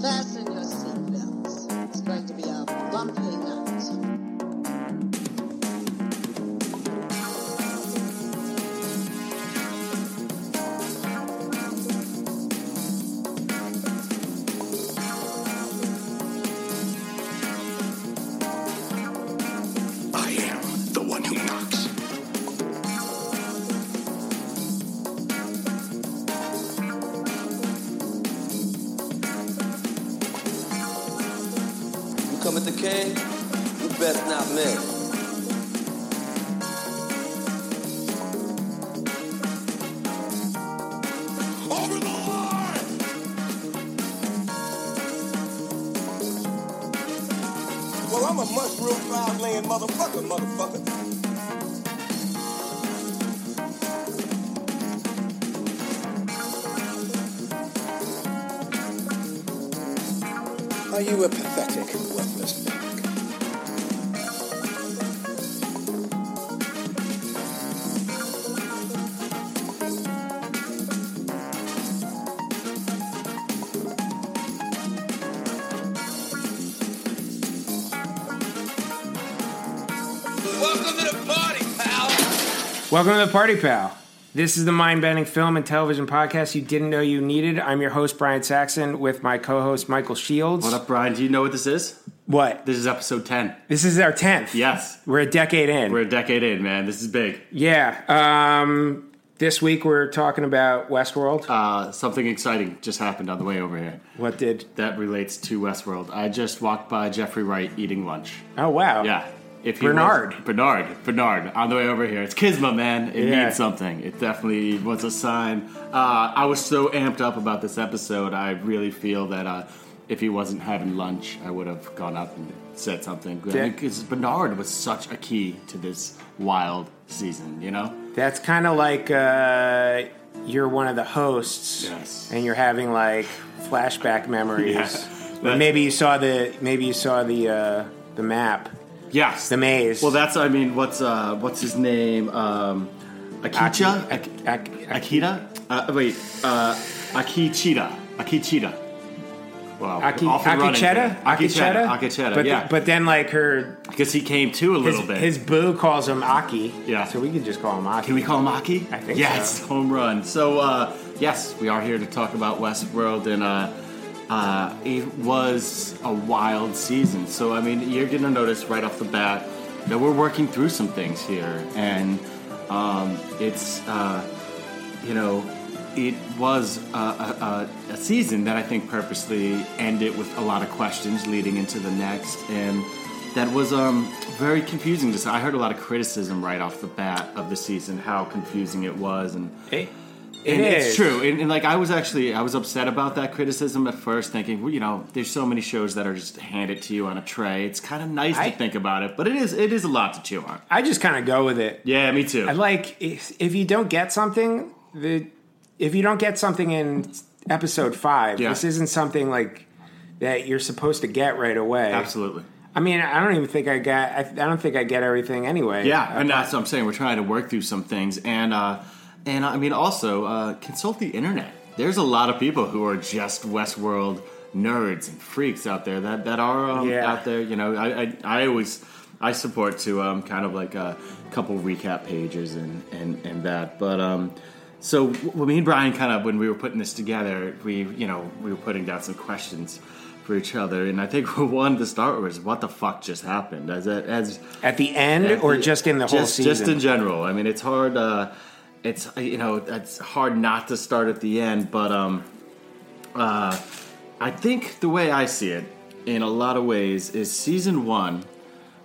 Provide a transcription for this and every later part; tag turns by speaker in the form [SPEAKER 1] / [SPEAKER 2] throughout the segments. [SPEAKER 1] Fasten your seatbelts. It's going to be a bumpy night.
[SPEAKER 2] I am the one who knocks.
[SPEAKER 3] You come at the king, you best not miss.
[SPEAKER 2] Over the line!
[SPEAKER 4] Well, I'm a much real proud laying motherfucker, motherfucker. Are you a pathetic and worthless pig?
[SPEAKER 3] Welcome to the party, pal.
[SPEAKER 5] Welcome to the Party Pal. This is the mind bending film and television podcast you didn't know you needed. I'm your host, Brian Saxon, with my co host, Michael Shields.
[SPEAKER 6] What up, Brian? Do you know what this is?
[SPEAKER 5] What?
[SPEAKER 6] This is episode 10.
[SPEAKER 5] This is our 10th.
[SPEAKER 6] Yes.
[SPEAKER 5] We're a decade in.
[SPEAKER 6] We're a decade in, man. This is big.
[SPEAKER 5] yeah. Um, this week we're talking about Westworld.
[SPEAKER 6] Uh, something exciting just happened on the way over here
[SPEAKER 5] what did.
[SPEAKER 6] that relates to Westworld. I just walked by Jeffrey Wright eating lunch.
[SPEAKER 5] Oh, wow.
[SPEAKER 6] Yeah. If he
[SPEAKER 5] Bernard.
[SPEAKER 6] was- Bernard. Bernard. On the way over here. It's Kisma, man. It
[SPEAKER 5] Yeah.
[SPEAKER 6] means something. It definitely was a sign. Uh, I was so amped up about this episode. I really feel that uh, if he wasn't having lunch, I would have gone up and said something.
[SPEAKER 5] Yeah.
[SPEAKER 6] Because Bernard was such a key to this wild season, you know?
[SPEAKER 5] That's kind of like uh, you're one of the hosts
[SPEAKER 6] Yes.
[SPEAKER 5] and you're having like flashback memories. But
[SPEAKER 6] That-
[SPEAKER 5] maybe you saw the maybe you saw the uh, the map,
[SPEAKER 6] Yes.
[SPEAKER 5] the maze.
[SPEAKER 6] Well, that's, I mean, what's uh, what's his name? Um, Akicha?
[SPEAKER 5] Aki- Aki- Aki-
[SPEAKER 6] Akita? Uh, wait, uh, Akichita. Akichita. Wow.
[SPEAKER 5] Aki,
[SPEAKER 6] off and running
[SPEAKER 5] Akicheta?
[SPEAKER 6] here. Akicheta. Akicheta,
[SPEAKER 5] But,
[SPEAKER 6] yeah.
[SPEAKER 5] but then, like, her.
[SPEAKER 6] Because he came too a
[SPEAKER 5] His,
[SPEAKER 6] little bit.
[SPEAKER 5] his boo calls him Aki.
[SPEAKER 6] Yeah.
[SPEAKER 5] So we can just call him Aki.
[SPEAKER 6] Can we call him Aki?
[SPEAKER 5] I think
[SPEAKER 6] Yes,
[SPEAKER 5] so.
[SPEAKER 6] home run. So, uh, yes, we are here to talk about Westworld, and uh, uh, it was a wild season. So, I mean, you're going to notice right off the bat that we're working through some things here, and um, it's, uh, you know, it was a, a, a, a season that I think purposely ended with a lot of questions leading into the next, and that was um, very confusing. Just I heard a lot of criticism right off the bat of the season, how confusing it was, and
[SPEAKER 5] It,
[SPEAKER 6] and
[SPEAKER 5] is.
[SPEAKER 6] It's true, and, and like I was actually I was upset about that criticism at first, thinking well, you know there's so many shows that are just handed to you on a tray. It's kind of nice
[SPEAKER 5] I-
[SPEAKER 6] to think about it, but it is it is a lot to chew on.
[SPEAKER 5] I just kind of go with it.
[SPEAKER 6] Yeah, me too.
[SPEAKER 5] I like, if, if you don't get something, the if you don't get something in episode five,
[SPEAKER 6] Yeah.
[SPEAKER 5] this isn't something like that you're supposed to get right away.
[SPEAKER 6] Absolutely.
[SPEAKER 5] I mean, I don't even think I got. I, I don't think I get everything anyway.
[SPEAKER 6] Yeah,
[SPEAKER 5] Uh,
[SPEAKER 6] and that's what I'm saying. We're trying to work through some things, and uh, and I mean also uh, consult the internet. There's a lot of people who are just Westworld nerds and freaks out there that that are um,
[SPEAKER 5] Yeah.
[SPEAKER 6] out there. You know, I I, I always I support to um, kind of like a couple recap pages and and and that, but um. So w- me and Brian kind of when we were putting this together, we you know we were putting down some questions for each other, and I think one to start with is what the fuck just happened. As as
[SPEAKER 5] at the end,
[SPEAKER 6] at
[SPEAKER 5] or
[SPEAKER 6] the-
[SPEAKER 5] just in the whole
[SPEAKER 6] just-
[SPEAKER 5] season.
[SPEAKER 6] Just in general. I mean, it's hard. Uh, it's you know, it's hard not to start at the end, but um, uh, I think the way I see it, in a lot of ways, is season one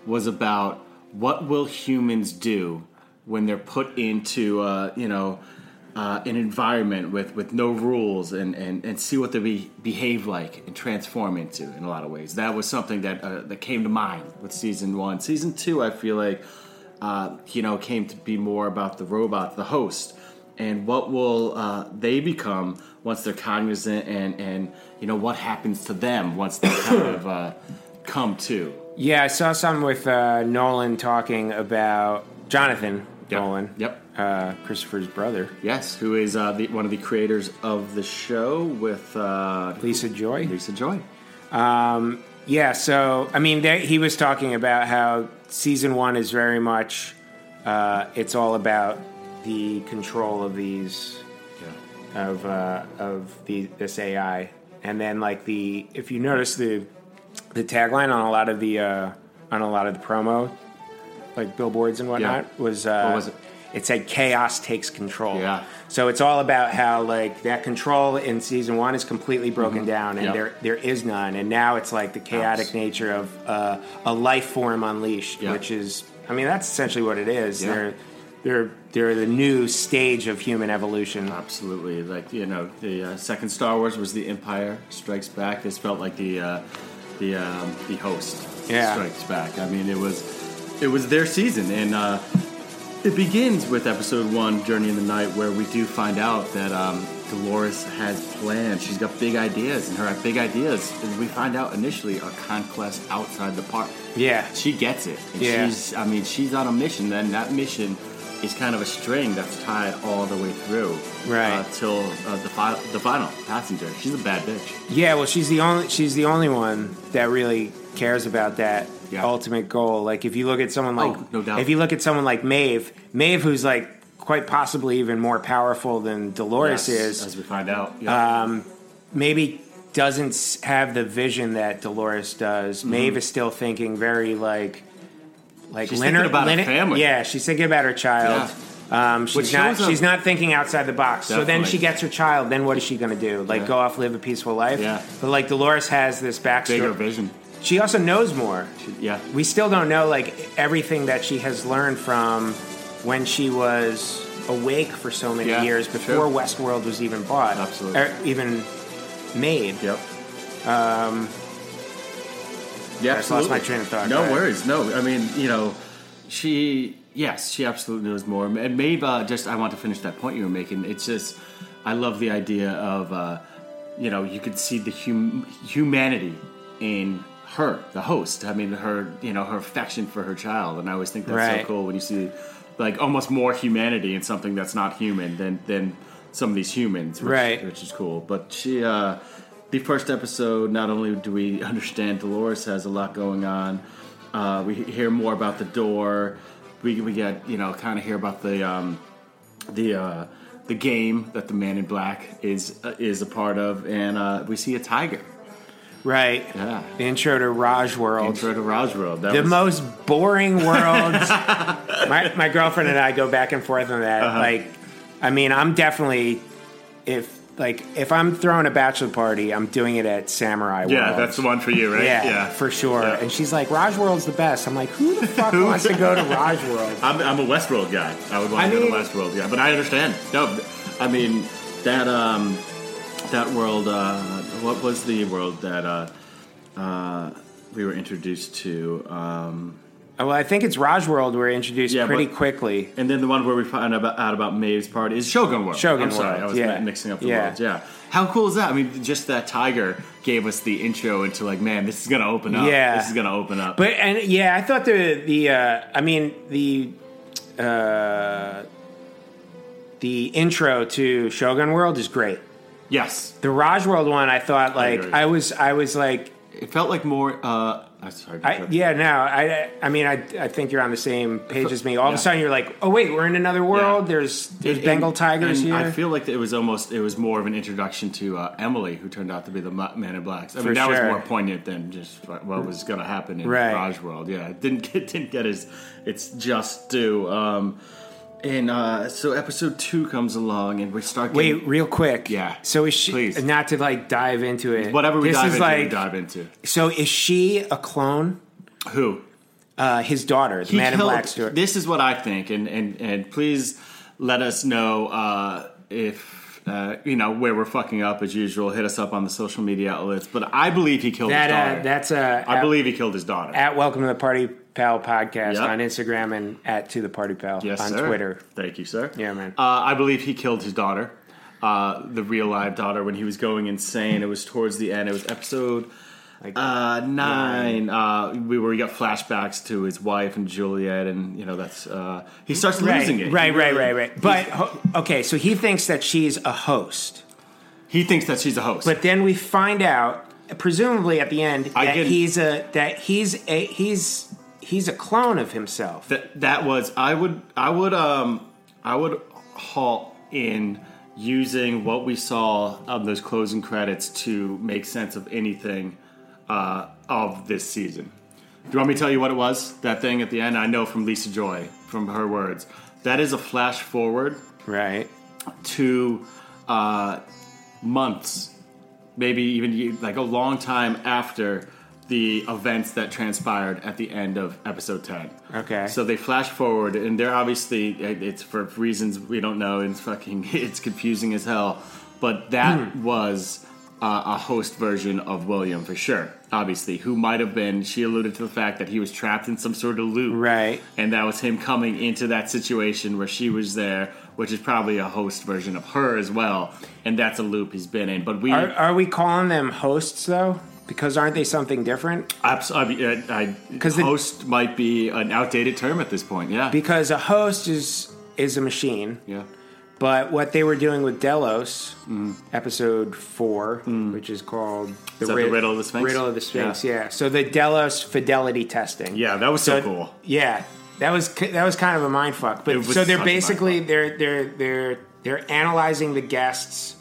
[SPEAKER 6] was about what will humans do when they're put into uh, you know uh, an environment with, with no rules and, and, and see what they be, behave like and transform into in a lot of ways. That was something that uh, that came to mind with season one. Season two, I feel like uh, you know came to be more about the robot, the host, and what will uh, they become once they're cognizant and and you know what happens to them once they kind of uh, come to.
[SPEAKER 5] Yeah, I saw some with uh, Nolan talking about Jonathan
[SPEAKER 6] Yep.
[SPEAKER 5] Nolan.
[SPEAKER 6] Yep.
[SPEAKER 5] Uh, Christopher's brother,
[SPEAKER 6] Yes, who is uh, the, one of the creators of the show with uh,
[SPEAKER 5] Lisa Joy.
[SPEAKER 6] Lisa Joy.
[SPEAKER 5] Yeah, so I mean, they, he was talking about how season one is very much uh, it's all about the control of these of uh, of the, this AI, and then like the if you notice the the tagline on a lot of the uh, on a lot of the promo like billboards and whatnot
[SPEAKER 6] Yeah.
[SPEAKER 5] was uh,
[SPEAKER 6] What was it?
[SPEAKER 5] It said chaos takes control.
[SPEAKER 6] Yeah.
[SPEAKER 5] So it's all about how like that control in season one is completely broken down, and
[SPEAKER 6] Mm-hmm. Yeah.
[SPEAKER 5] there there is none, and now it's like the chaotic
[SPEAKER 6] Ouch.
[SPEAKER 5] nature of uh, a life form unleashed,
[SPEAKER 6] Yeah.
[SPEAKER 5] which is I mean that's essentially what it is.
[SPEAKER 6] Yeah.
[SPEAKER 5] They're they're they're the new stage of human evolution.
[SPEAKER 6] Uh-huh. Absolutely, like you know, the uh, second Star Wars was the Empire Strikes Back. This felt like the uh, the um, the host
[SPEAKER 5] Yeah.
[SPEAKER 6] Strikes Back. I mean, it was it was their season, and uh, it begins with episode one, Journey in the Night, where we do find out that um, Dolores has plans. She's got big ideas, and her big ideas, and we find out initially, are conquest outside the park.
[SPEAKER 5] Yeah.
[SPEAKER 6] she gets it. And
[SPEAKER 5] Yeah.
[SPEAKER 6] she's I mean, she's on a mission, and that mission is kind of a string that's tied all the way through.
[SPEAKER 5] Right.
[SPEAKER 6] Uh, till uh, the, fi- the final passenger. She's a bad bitch.
[SPEAKER 5] Yeah, well, she's the only she's the only one that really cares about that
[SPEAKER 6] Yeah.
[SPEAKER 5] ultimate goal. Like, if you look at someone like
[SPEAKER 6] Oh, no doubt.
[SPEAKER 5] if you look at someone like Maeve, Maeve, who's like quite possibly even more powerful than Dolores
[SPEAKER 6] Yes,
[SPEAKER 5] is, Uh,
[SPEAKER 6] As we find out. Yeah.
[SPEAKER 5] maybe doesn't s- have the vision that Dolores does.
[SPEAKER 6] Mm-hmm.
[SPEAKER 5] Maeve is still thinking very like like
[SPEAKER 6] She's
[SPEAKER 5] Leonard
[SPEAKER 6] thinking about her
[SPEAKER 5] Leonard-
[SPEAKER 6] family.
[SPEAKER 5] Yeah, she's thinking about her child. Um, she's
[SPEAKER 6] Which
[SPEAKER 5] not.
[SPEAKER 6] shows up-
[SPEAKER 5] She's not thinking outside the box. So then
[SPEAKER 6] Definitely.
[SPEAKER 5] she gets her child. Then what is she going to do? Like
[SPEAKER 6] Yeah.
[SPEAKER 5] go off, live a peaceful life.
[SPEAKER 6] Yeah.
[SPEAKER 5] But like Dolores has this
[SPEAKER 6] Bigger
[SPEAKER 5] backstory.
[SPEAKER 6] vision.
[SPEAKER 5] she also knows more.
[SPEAKER 6] Yeah.
[SPEAKER 5] We still don't know like everything that she has learned from when she was awake for so many
[SPEAKER 6] Yeah,
[SPEAKER 5] years
[SPEAKER 6] true.
[SPEAKER 5] before Westworld was even bought.
[SPEAKER 6] Absolutely.
[SPEAKER 5] Or even made.
[SPEAKER 6] Yep. Um. Yeah,
[SPEAKER 5] I just Um, lost my train of thought.
[SPEAKER 6] No
[SPEAKER 5] Go ahead.
[SPEAKER 6] worries. No, I mean, you know, she. Yes, she absolutely knows more. And Maeve, uh, just I want to finish that point you were making. It's just, I love the idea of, uh, you know, you could see the hum- humanity in her, the host. I mean, her, you know, her affection for her child. And I always think that's
[SPEAKER 5] Right.
[SPEAKER 6] so cool when you see, like, almost more humanity in something that's not human than than some of these humans, which,
[SPEAKER 5] Right.
[SPEAKER 6] Which is cool. But she, uh, the first episode, not only do we understand Dolores has a lot going on, uh, we hear more about the door. We, we get you know kind of hear about the um, the uh, the game that the Man in Black is uh, is a part of, and uh, we see a tiger.
[SPEAKER 5] Right.
[SPEAKER 6] Yeah.
[SPEAKER 5] The intro to Raj World.
[SPEAKER 6] Intro to Raj World. That
[SPEAKER 5] The
[SPEAKER 6] was-
[SPEAKER 5] most boring world. my, my girlfriend and I go back and forth on that.
[SPEAKER 6] Uh-huh.
[SPEAKER 5] Like, I mean, I'm definitely if like if I'm throwing a bachelor party, I'm doing it at Samurai World.
[SPEAKER 6] yeah, that's the one for you, right?
[SPEAKER 5] Yeah, for sure.
[SPEAKER 6] Yeah.
[SPEAKER 5] And she's like, Raj World's the best. I'm like, who the fuck wants to go to Raj World?
[SPEAKER 6] I'm, I'm a Westworld guy. I would want
[SPEAKER 5] I
[SPEAKER 6] to
[SPEAKER 5] mean-
[SPEAKER 6] go to Westworld, yeah. But I understand. No, I mean that um, that world. Uh, what was the world that uh, uh, we were introduced to? Um,
[SPEAKER 5] Well, I think it's Raj World we're introduced
[SPEAKER 6] Yeah,
[SPEAKER 5] pretty
[SPEAKER 6] but-
[SPEAKER 5] quickly.
[SPEAKER 6] and then the one where we found about, out about Maeve's part is Shogun World.
[SPEAKER 5] Shogun
[SPEAKER 6] I'm sorry,
[SPEAKER 5] World,
[SPEAKER 6] I was
[SPEAKER 5] yeah.
[SPEAKER 6] mi- mixing up the
[SPEAKER 5] Yeah.
[SPEAKER 6] worlds. Yeah. How cool is that? I mean, just that tiger gave us the intro into like, man, this is gonna open up.
[SPEAKER 5] Yeah.
[SPEAKER 6] This is gonna open up.
[SPEAKER 5] But and yeah, I thought the the uh, I mean the uh, the intro to Shogun World is great.
[SPEAKER 6] yes,
[SPEAKER 5] The Raj World one, I thought like
[SPEAKER 6] agree.
[SPEAKER 5] I, was I was like
[SPEAKER 6] it felt like more. Uh, I'm sorry.
[SPEAKER 5] I, yeah no I I mean I I think you're on the same page as me. All of
[SPEAKER 6] Yeah.
[SPEAKER 5] a sudden you're like oh wait we're in another world.
[SPEAKER 6] Yeah.
[SPEAKER 5] There's there's
[SPEAKER 6] And-
[SPEAKER 5] Bengal
[SPEAKER 6] and-
[SPEAKER 5] tigers
[SPEAKER 6] and
[SPEAKER 5] here.
[SPEAKER 6] I feel like it was almost it was more of an introduction to uh, Emily, who turned out to be the Ma- Man in Black. I mean,
[SPEAKER 5] For
[SPEAKER 6] that was
[SPEAKER 5] sure.
[SPEAKER 6] more poignant than just what what was going to happen in
[SPEAKER 5] Right.
[SPEAKER 6] Raj World. Yeah, it didn't it didn't get its its just due. Um, and uh, so episode two comes along, and we start.
[SPEAKER 5] Wait,
[SPEAKER 6] Getting,
[SPEAKER 5] real quick.
[SPEAKER 6] Yeah.
[SPEAKER 5] So is she
[SPEAKER 6] Please.
[SPEAKER 5] not to like dive into it?
[SPEAKER 6] whatever we
[SPEAKER 5] this
[SPEAKER 6] dive
[SPEAKER 5] is
[SPEAKER 6] into,
[SPEAKER 5] like.
[SPEAKER 6] we dive into
[SPEAKER 5] So is she a clone?
[SPEAKER 6] who
[SPEAKER 5] Uh, his daughter, the
[SPEAKER 6] He
[SPEAKER 5] Man in
[SPEAKER 6] killed-
[SPEAKER 5] Black Stuart.
[SPEAKER 6] This is what I think, and and and please let us know uh, if uh, you know where we're fucking up as usual. Hit us up on the social media outlets. But I believe he killed his
[SPEAKER 5] that
[SPEAKER 6] daughter.
[SPEAKER 5] uh, that's uh,
[SPEAKER 6] I
[SPEAKER 5] at-
[SPEAKER 6] believe he killed his daughter.
[SPEAKER 5] at Welcome to the Party Pal podcast
[SPEAKER 6] Yep.
[SPEAKER 5] on Instagram and at To the Party Pal
[SPEAKER 6] yes,
[SPEAKER 5] on
[SPEAKER 6] sir.
[SPEAKER 5] Twitter.
[SPEAKER 6] Thank you, sir.
[SPEAKER 5] Yeah, man.
[SPEAKER 6] Uh, I believe he killed his daughter, uh, the real live daughter, when he was going insane. It was towards the end. It was episode.
[SPEAKER 5] Like
[SPEAKER 6] Uh, nine. Uh, we were we got flashbacks to his wife and Juliet, and you know that's uh, he starts
[SPEAKER 5] right,
[SPEAKER 6] losing it.
[SPEAKER 5] right,
[SPEAKER 6] He
[SPEAKER 5] right,
[SPEAKER 6] really-
[SPEAKER 5] right, right. But ho- okay, so he thinks that she's a host,
[SPEAKER 6] He thinks that she's a host.
[SPEAKER 5] but then we find out, presumably at the end,
[SPEAKER 6] I
[SPEAKER 5] that
[SPEAKER 6] can-
[SPEAKER 5] he's a that he's a he's he's a clone of himself.
[SPEAKER 6] that that was I would I would um I would halt in using what we saw of those closing credits to make sense of anything uh, of this season. Do you want me to tell you what it was? That thing at the end, I know from Lisa Joy, from her words. That is a flash forward
[SPEAKER 5] right.
[SPEAKER 6] to uh, months, maybe even ye- like a long time after the events that transpired at the end of episode 10.
[SPEAKER 5] Okay.
[SPEAKER 6] So they flash forward, and they're obviously, it- it's for reasons we don't know, and it's fucking, it's confusing as hell. But that
[SPEAKER 5] Hmm.
[SPEAKER 6] was uh, a host version of William for sure, obviously, who might have been, she alluded to the fact that he was trapped in some sort of loop
[SPEAKER 5] Right.
[SPEAKER 6] and that was him coming into that situation where she was there, which is probably a host version of her as well, and that's a loop he's been in. But we,
[SPEAKER 5] Are, are we calling them hosts though? Because aren't they something different?
[SPEAKER 6] abs- I, mean, I, I
[SPEAKER 5] 'Cause the-
[SPEAKER 6] host might be an outdated term at this point. Yeah,
[SPEAKER 5] Because a host is is a machine,
[SPEAKER 6] yeah,
[SPEAKER 5] but what they were doing with Delos, episode four, which is called
[SPEAKER 6] Mm. Is that the Riddle of the Sphinx?
[SPEAKER 5] Riddle of the Sphinx, yeah. So the Delos fidelity testing,
[SPEAKER 6] yeah. That was so, cool.
[SPEAKER 5] yeah. That was ki- that was kind of a mind fuck.
[SPEAKER 6] It
[SPEAKER 5] But
[SPEAKER 6] was
[SPEAKER 5] so
[SPEAKER 6] such a
[SPEAKER 5] they're
[SPEAKER 6] mind
[SPEAKER 5] basically
[SPEAKER 6] fuck.
[SPEAKER 5] they're they're they're they're analyzing the guests'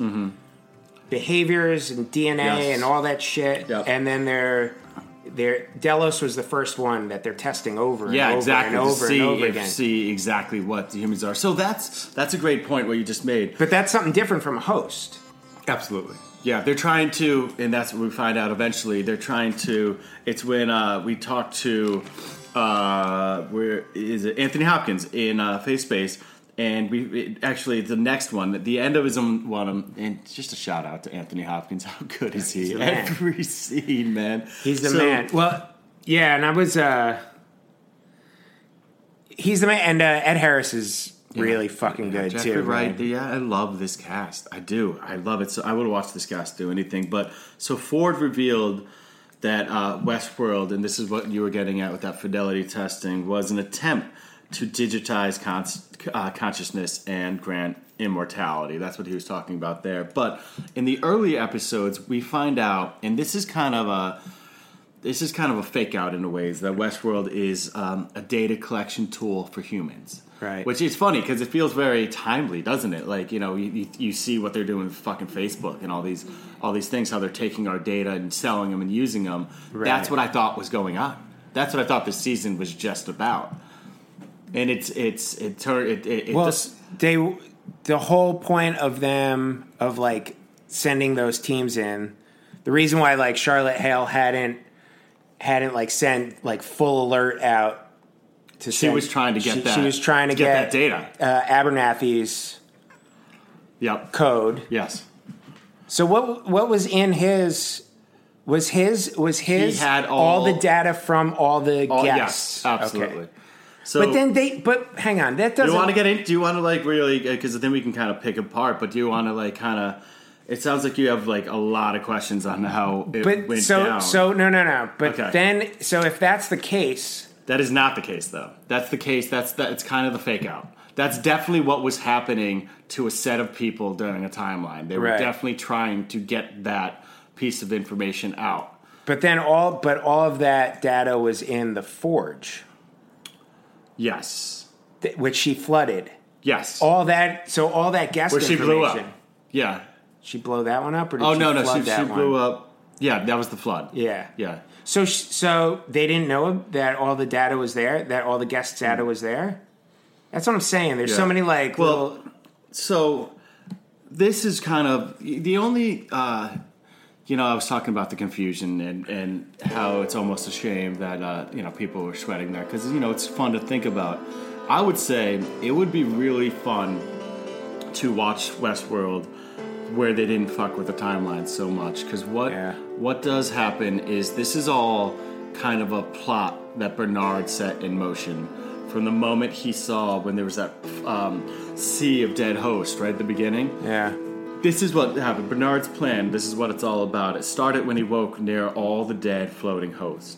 [SPEAKER 5] behaviors and DNA
[SPEAKER 6] Mm-hmm. Yes.
[SPEAKER 5] and all that shit,
[SPEAKER 6] Yep.
[SPEAKER 5] and then they're. They're, Delos was the first one that they're testing over and
[SPEAKER 6] Yeah,
[SPEAKER 5] over
[SPEAKER 6] exactly.
[SPEAKER 5] and
[SPEAKER 6] to
[SPEAKER 5] over
[SPEAKER 6] see
[SPEAKER 5] and over
[SPEAKER 6] if-
[SPEAKER 5] again.
[SPEAKER 6] see exactly what the humans are. So that's that's a great point what you just made.
[SPEAKER 5] But that's something different from a host.
[SPEAKER 6] Absolutely. Yeah, they're trying to, and that's what we find out eventually. They're trying to. It's when uh, we talk to, uh, where is it? Anthony Hopkins in uh, Face Space, and we it, actually the next one, at the end of his own one, um, and just a shout out to Anthony Hopkins. How good is he?
[SPEAKER 5] the man.
[SPEAKER 6] Every scene, man.
[SPEAKER 5] He's the
[SPEAKER 6] So-
[SPEAKER 5] man. Well, yeah, and I was. uh He's the man, and uh, Ed Harris is really fucking good
[SPEAKER 6] Jeffrey
[SPEAKER 5] too.
[SPEAKER 6] Wright.
[SPEAKER 5] man.
[SPEAKER 6] Yeah, I love this cast. I do. I love it. So I would watch this cast do anything. But so Ford revealed that uh, Westworld, and this is what you were getting at with that fidelity testing, was an attempt to digitize cons- uh, consciousness and grant immortality. That's what he was talking about there. But in the early episodes, we find out, and this is kind of a this is kind of a fake out in a ways that Westworld is um, a data collection tool for humans.
[SPEAKER 5] Right.
[SPEAKER 6] Which is funny because it feels very timely, doesn't it? Like you know, you, you, you see what they're doing with fucking Facebook and all these all these things, how they're taking our data and selling them and using them.
[SPEAKER 5] Right.
[SPEAKER 6] That's what I thought was going on. That's what I thought this season was just about. And it's it's it turned it, it, it
[SPEAKER 5] Well,
[SPEAKER 6] just,
[SPEAKER 5] they the whole point of them of like sending those teams in. The reason why like Charlotte Hale hadn't hadn't like sent like full alert out to
[SPEAKER 6] she was trying to get
[SPEAKER 5] she,
[SPEAKER 6] that
[SPEAKER 5] she was trying to get,
[SPEAKER 6] get that data.
[SPEAKER 5] uh, Abernathy's
[SPEAKER 6] Yep.
[SPEAKER 5] code
[SPEAKER 6] Yes.
[SPEAKER 5] So what what was in his was his was his
[SPEAKER 6] had all-
[SPEAKER 5] the data from all the
[SPEAKER 6] Oh,
[SPEAKER 5] guests.
[SPEAKER 6] yes. Absolutely.
[SPEAKER 5] Okay.
[SPEAKER 6] So
[SPEAKER 5] But then they but hang on, that
[SPEAKER 6] Do
[SPEAKER 5] doesn't
[SPEAKER 6] you want to get in? Do you want to like really? Because then we can kind of pick apart. But do you want to like kind of? It sounds like you have like a lot of questions on how it
[SPEAKER 5] but
[SPEAKER 6] went
[SPEAKER 5] so
[SPEAKER 6] down.
[SPEAKER 5] so no no no. But
[SPEAKER 6] Okay.
[SPEAKER 5] then so if that's the case,
[SPEAKER 6] that is not the case, though. That's the case. That's that. It's kind of the fake out. That's definitely what was happening to a set of people during a timeline. They were
[SPEAKER 5] Right.
[SPEAKER 6] definitely trying to get that piece of information out.
[SPEAKER 5] but then all but all of that data was in the forge
[SPEAKER 6] Yes.
[SPEAKER 5] th- which she flooded.
[SPEAKER 6] Yes.
[SPEAKER 5] All that so all that guest
[SPEAKER 6] Where she blew up.
[SPEAKER 5] information-
[SPEAKER 6] Yeah.
[SPEAKER 5] She blow that one up or did
[SPEAKER 6] Oh
[SPEAKER 5] she
[SPEAKER 6] no no
[SPEAKER 5] flood
[SPEAKER 6] she,
[SPEAKER 5] that
[SPEAKER 6] she
[SPEAKER 5] one?
[SPEAKER 6] blew up. Yeah, that was the flood.
[SPEAKER 5] Yeah.
[SPEAKER 6] Yeah.
[SPEAKER 5] So sh- so they didn't know that all the data was there, that all the guests' data was there. That's what I'm saying. There's so
[SPEAKER 6] Yeah.
[SPEAKER 5] many like
[SPEAKER 6] Well,
[SPEAKER 5] little
[SPEAKER 6] so this is kind of the only uh, you know i was talking about the confusion and, and how it's almost a shame that uh, you know people were sweating there because you know it's fun to think about i would say it would be really fun to watch westworld where they didn't fuck with the timeline so much because what
[SPEAKER 5] Yeah.
[SPEAKER 6] what does happen is this is all kind of a plot that Bernard set in motion from the moment he saw when there was that um, sea of dead hosts right at the beginning
[SPEAKER 5] yeah.
[SPEAKER 6] This is what happened. Bernard's plan, this is what it's all about. It started when he woke near all the dead floating hosts.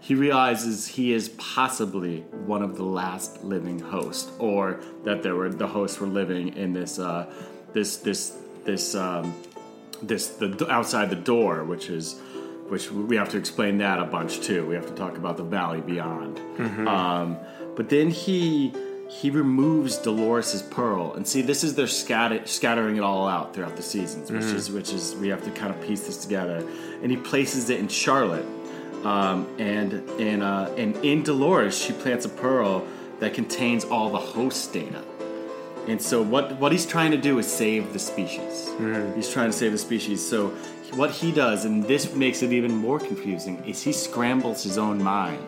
[SPEAKER 6] He realizes he is possibly one of the last living hosts, or that there were the hosts were living in this uh, this this this um, this the d- outside the door, which is which we have to explain that a bunch too. We have to talk about the valley beyond. Um, but then he he removes Dolores's pearl, and see this is their scatter, scattering it all out throughout the seasons, which is which is we have to kind of piece this together. And he places it in Charlotte, um, and and uh, and in Dolores she plants a pearl that contains all the host data. And so what what he's trying to do is save the species. He's trying to save the species. So he- what he does, and this makes it even more confusing, is he scrambles his own mind.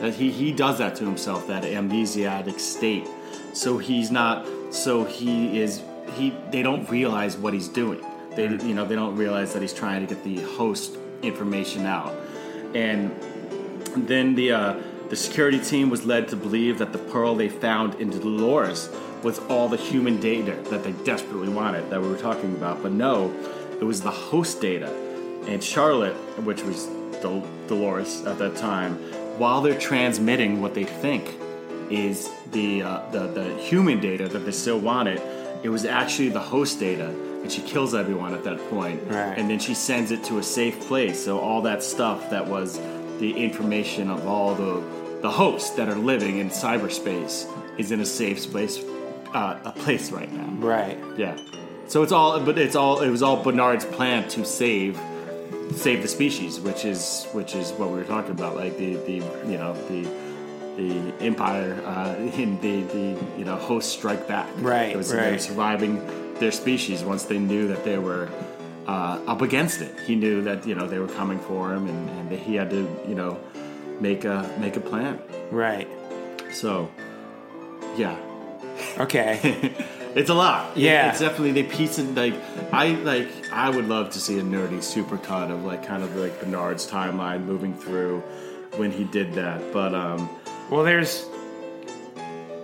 [SPEAKER 6] That he he does that to himself, that amnesiatic state. So he's not. So he is. He they don't realize what he's doing. They you know they don't realize that he's trying to get the host information out. And then the uh, the security team was led to believe that the pearl they found in Dolores was all the human data that they desperately wanted that we were talking about. But no, it was the host data. And Charlotte, which was Dol- Dolores at that time, while they're transmitting what they think is the, uh, the the human data that they still wanted, it was actually the host data. And she kills everyone at that point.
[SPEAKER 5] Right.
[SPEAKER 6] And then she sends it to a safe place. So all that stuff that was the information of all the the hosts that are living in cyberspace is in a safe place, uh, a place right now.
[SPEAKER 5] Right.
[SPEAKER 6] Yeah. So it's all, but it's all, it was all Bernard's plan to save save the species, which is which is what we were talking about, like the the you know the the empire uh, in the the you know hosts strike back.
[SPEAKER 5] Right,
[SPEAKER 6] It was they were
[SPEAKER 5] right.
[SPEAKER 6] surviving their species once they knew that they were uh, up against it. He knew that you know they were coming for him, and, and that he had to you know make a make a plan.
[SPEAKER 5] Right.
[SPEAKER 6] So yeah,
[SPEAKER 5] Okay.
[SPEAKER 6] it's a lot. It-
[SPEAKER 5] Yeah.
[SPEAKER 6] it's definitely they piece it like I like. I would love to see a nerdy supercut of like kind of like Bernard's timeline moving through when he did that. But um,
[SPEAKER 5] well, there's